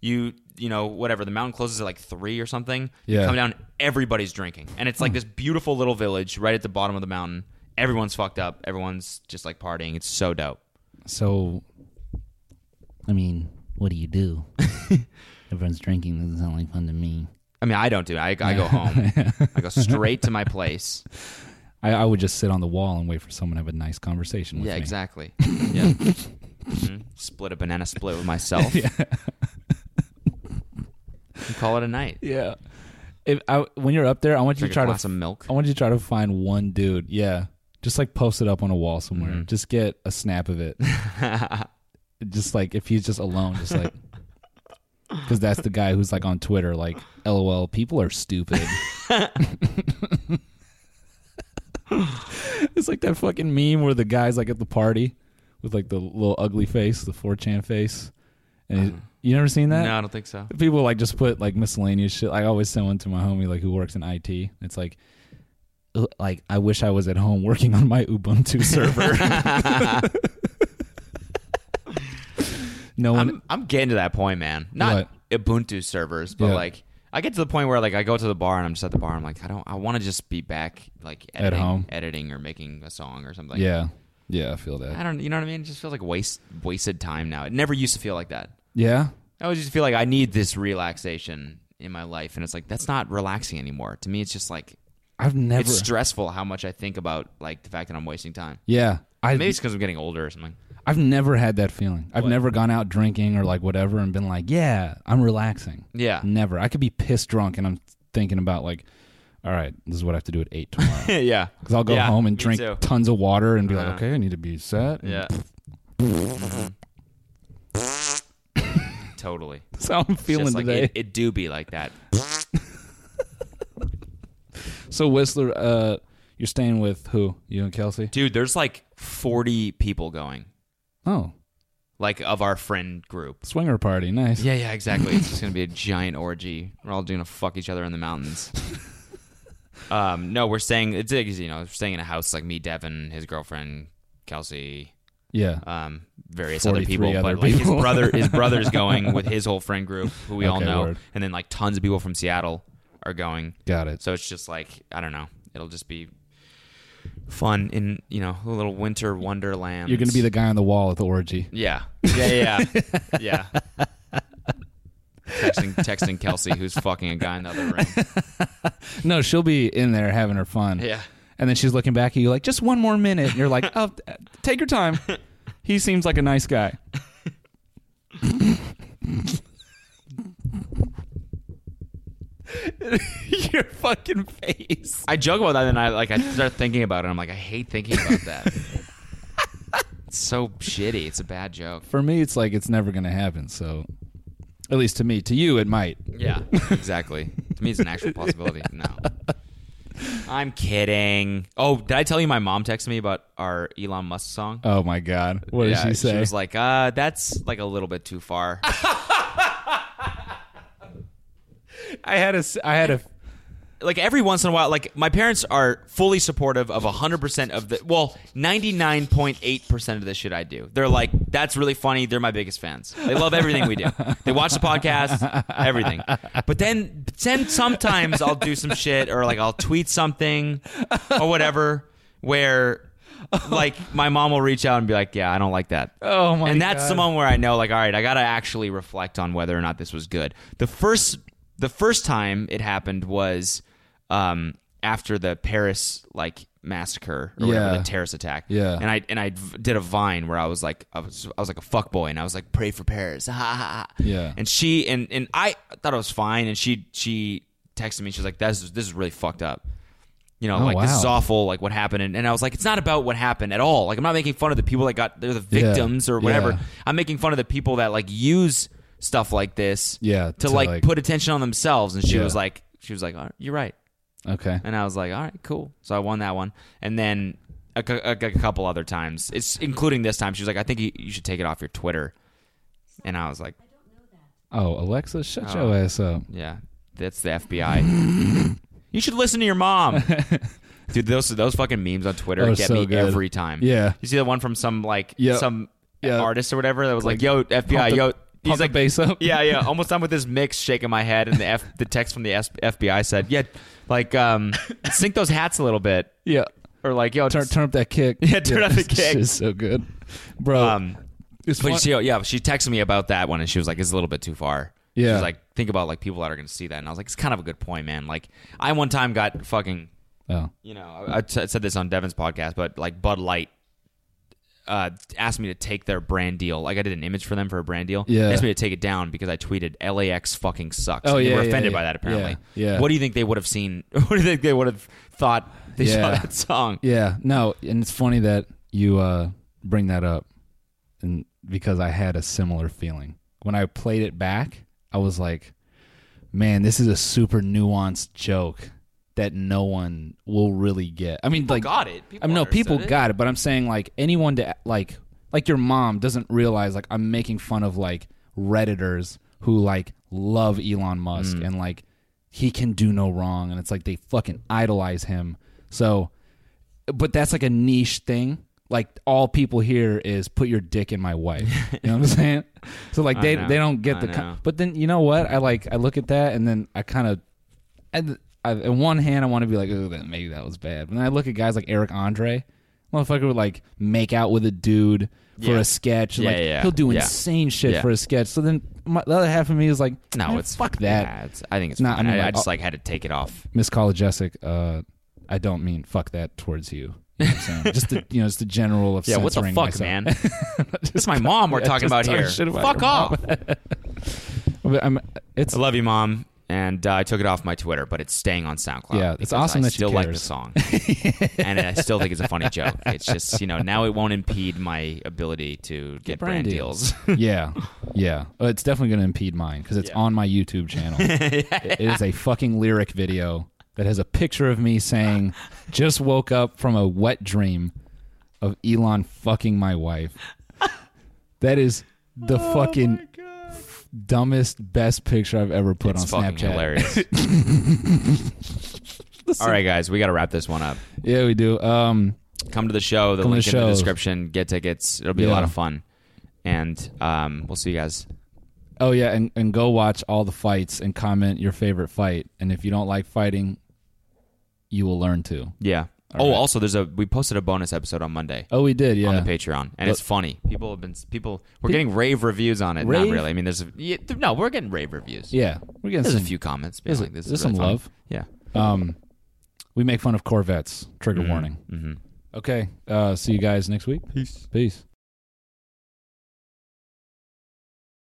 D: you you know whatever. The mountain closes at like three or something.
C: Yeah. Hmm.
D: You come down, everybody's drinking, and it's like this beautiful little village right at the bottom of the mountain. Everyone's fucked up. Everyone's just like partying. It's so dope.
C: so,
E: I mean, what do you do? Everyone's drinking. Doesn't sound like fun to me.
D: I mean, I don't do it. I, I go home. I go straight to my place.
C: I, I would just sit on the wall and wait for someone to have a nice conversation with
D: yeah,
C: me.
D: exactly. Yeah. Mhm. Split a banana split with myself. And call it a night.
C: Yeah. If I, when you're up there, I want you
D: Drink
C: to
D: a
C: try to
D: glass of milk.
C: I want you to try to find one dude. Yeah. Just like post it up on a wall somewhere.
D: Mm-hmm.
C: Just get a snap of it. Oh. just like if he's just alone, just like because that's the guy who's like on Twitter, like LOL, people are stupid. it's like that fucking meme where the guy's like at the party with like the little ugly face, the 4chan face. And he- you never seen that?
D: No, I don't think so.
C: people like just put like miscellaneous shit. Like I always send one to my homie like who works in IT. It's like "Ugh, like I wish I was at home working on my Ubuntu server. no one
D: I'm, I'm getting to that point, man. Not Ubuntu servers, but
C: Yeah.
D: like I get to the point where like I go to the bar and I'm just at the bar. I'm like, I don't. I want to just be back like editing,
C: home.
D: editing or making a song or something.
C: Yeah. Yeah, I feel
D: I
C: that.
D: don't. You know what I mean? It just feels like waste wasted time now. It never used to feel like that.
C: Yeah.
D: I always just feel like I need this relaxation in my life, and it's like that's not relaxing anymore. To me, it's just like
C: I've never
D: it's stressful how much I think about like the fact that I'm wasting time.
C: Yeah. I
D: Maybe it's because I'm getting older or something.
C: I've never had that feeling. I've never gone out drinking or like whatever and been like, yeah, I'm relaxing.
D: Yeah.
C: Never. I could be pissed drunk and I'm thinking about like, all right, this is what I have to do at 8 tomorrow.
D: yeah,
C: Because I'll go
D: Yeah,
C: home and
D: me
C: drink
D: too.
C: tons of water and be
D: Uh-huh.
C: like, okay, I need to be set.
D: Yeah.
C: Mm-hmm.
D: totally. It's
C: That's how I'm feeling
D: just like,
C: today.
D: It, it do be like that.
C: so Whistler, uh, you're staying with who? You and Kelsey?
D: Dude, there's like 40 people going,
C: Oh,
D: like of our friend group.
C: swinger party. Nice.
D: Yeah, yeah, exactly. It's just gonna be a giant orgy. We're all gonna fuck each other in the mountains. um, no, we're staying. It's like, you know, we're staying in a house like me, Devin, his girlfriend, Kelsey,
C: Yeah.
D: um, various other
C: 43
D: people.
C: other
D: but like
C: people.
D: his brother, his brother's going with his whole friend group, who we all
C: Okay,
D: know,
C: word.
D: and then like tons of people from Seattle are going.
C: Got it.
D: So it's just like I don't know. It'll just be fun in you know a little winter wonderland.
C: you're gonna be the guy on the wall at the orgy.
D: yeah, yeah, yeah, yeah. texting, texting Kelsey, who's fucking a guy in the other room.
C: No, she'll be in there having her fun.
D: Yeah.
C: And then she's looking back at you like, just one more minute. And you're like, oh, th- take your time. He seems like a nice guy. your fucking face.
D: I joke about that, and I like I start thinking about it. I'm like, I hate thinking about that. it's so shitty. It's a bad joke.
C: For me, it's like it's never gonna happen. So, at least to me, to you, it might.
D: Yeah, exactly. to me, it's an actual possibility. No. I'm kidding. Oh, did I tell you my mom texted me about our Elon Musk song?
C: Oh my God, what did
D: yeah,
C: she say?
D: was like, uh, that's like a little bit too far.
C: I had a, s- I had a,
D: like every once in a while, like my parents are fully supportive of 100% of the, well, 99.8% of the shit I do. They're like, that's really funny. They're my biggest fans. They love everything we do. They watch the podcast, everything. But then, then sometimes I'll do some shit or like I'll tweet something or whatever where like my mom will reach out and be like, yeah, I don't like that.
C: oh my,
D: and that's
C: God.
D: the moment where I know, like, all right, I gotta actually reflect on whether or not this was good. The first, the first time it happened was um, after the Paris like massacre or
C: Yeah.
D: whatever the terrorist attack.
C: Yeah.
D: and I and I v- did a vine where I was like, I was, I was like a fuck boy, and I was like, pray for Paris. Ha, ha, ha, ha.
C: Yeah.
D: and she and and I thought it was fine, and she she texted me, she's like, this is this is really fucked up. You know,
C: Oh,
D: like this
C: wow.
D: is awful, like what happened, and, and I was like, it's not about what happened at all. Like I'm not making fun of the people that got they're the
C: Yeah.
D: victims or whatever.
C: Yeah.
D: I'm making fun of the people that like use stuff like this
C: Yeah,
D: to,
C: to,
D: like,
C: like-
D: put attention on themselves. And she
C: Yeah.
D: was like, she was like, "Oh, you're right.
C: Okay.
D: And I was like, all right, cool. So I won that one. And then a, cou- a, a couple other times, it's including this time, she was like, I think you, you should take it off your Twitter. And I was like,
C: Oh, Alexa, shut
D: Oh.
C: your ass up.
D: yeah, that's the FBI. you should listen to your mom. Dude, those those fucking memes on Twitter
C: Oh,
D: get
C: so
D: me
C: good.
D: every time.
C: Yeah.
D: You see the one from some like
C: Yeah.
D: some
C: Yeah.
D: artist or whatever that was like, yo, FBI,
C: the-
D: yo.
C: pump the bass up.
D: yeah, yeah. Almost done with this mix, shaking my head, and the F, the text from the S- FBI said, "Yeah, like um, sink those hats a little bit."
C: Yeah.
D: or like yo
C: Turn turn up that kick.
D: Yeah, turn up the kick.
C: It's so good, bro.
D: um
C: it's
D: but
C: fun-
D: she, yeah she texted me about that one and she was like it's a little bit too far she
C: Yeah.
D: was like think about like people that are gonna see that and i was like it's kind of a good point man like i one time got fucking
C: oh,
D: you know i, I t- I said this on devin's podcast but like bud light uh, asked me to take their brand deal. Like I did an image for them for a brand deal.
C: Yeah.
D: They asked me to take it down because I tweeted LAX fucking sucks.
C: Oh,
D: And they
C: yeah,
D: were
C: yeah,
D: offended
C: yeah.
D: by that apparently.
C: Yeah, yeah.
D: What do you think they would have seen? What do you think they would have thought they saw
C: Yeah.
D: that song?
C: yeah. No, and it's funny that you uh, bring that up, and because I had a similar feeling when I played it back, I was like, man, this is a super nuanced joke that no one will really get. I mean, like,
D: got it.
C: I mean, no, people
D: understood it.
C: got it, but I'm saying like anyone to like like your mom doesn't realize like I'm making fun of like redditors who like love Elon Musk
D: Mm.
C: and like he can do no wrong and it's like they fucking idolize him. So but that's like a niche thing. Like all people here is put your dick in my wife. You know what I'm saying? So like they
D: know.
C: they don't get
D: I
C: the con-
D: know.
C: but then you know what? I like I look at that and then I kind of and I, on one hand, I want to be like, oh, that maybe that was bad. But then I look at guys like Eric Andre, motherfucker would like make out with a dude for
D: Yeah.
C: a sketch.
D: Yeah,
C: like
D: yeah, yeah.
C: he'll do
D: Yeah.
C: insane shit
D: Yeah.
C: for a sketch. So then my, the other half of me is like,
D: No,
C: man,
D: it's
C: fuck that.
D: yeah, it's, I think it's
C: No, I
D: fine. I,
C: mean,
D: I
C: like,
D: just
C: I'll-
D: like had to take it off.
C: Miss College Jessic, uh, I don't mean fuck that towards you. You know what I'm saying? just the you know, just the general of
D: Yeah, what the
C: censoring
D: fuck,
C: myself.
D: man? It's my mom we're talking about
C: just talk
D: here.
C: shit about
D: fuck
C: your
D: off.
C: But I'm, it's
D: I love you, mom. And uh, I took it off my Twitter, but it's staying on SoundCloud.
C: Yeah, it's
D: because
C: awesome
D: I
C: that she
D: still like the
C: cares.
D: song, and I still think it's a funny joke. It's just you know now it won't impede my ability to get, brand, deals.
C: yeah, yeah. Uh, It's definitely going to impede mine because it's on my YouTube channel. It is a fucking lyric video that has a picture of me saying, "Just woke up from a wet dream of Elon fucking my wife." That is the
D: Oh
C: fucking f- dumbest, best picture I've ever put
D: it's
C: on
D: fucking
C: Snapchat.
D: hilarious. All right, guys, we got to wrap this one up.
C: Yeah, we do. Um,
D: Come to the show. The
C: Come to
D: link
C: the
D: in the
C: shows.
D: description. Get tickets. It'll be a
C: Yeah.
D: lot of fun, and um, we'll see you guys.
C: oh yeah, and, and go watch all the fights and comment your favorite fight. And if you don't like fighting, you will learn to.
D: Yeah. oh, also, there's a we posted a bonus episode on Monday.
C: Oh, we did. Yeah.
D: on the Patreon, and it's funny. People have been people. We're getting rave reviews on it. Not
C: Rave?
D: really. I mean, there's a, yeah, th- no. We're getting rave reviews.
C: Yeah, we're getting
D: there's
C: some
D: a few comments. Being
C: there's a-
D: like, this is
C: there's
D: really
C: some
D: funny.
C: love.
D: Yeah.
C: Um, we make fun of Corvettes. Trigger warning.
D: Mhm.
C: Okay. Uh, see you guys next week. Peace. Peace.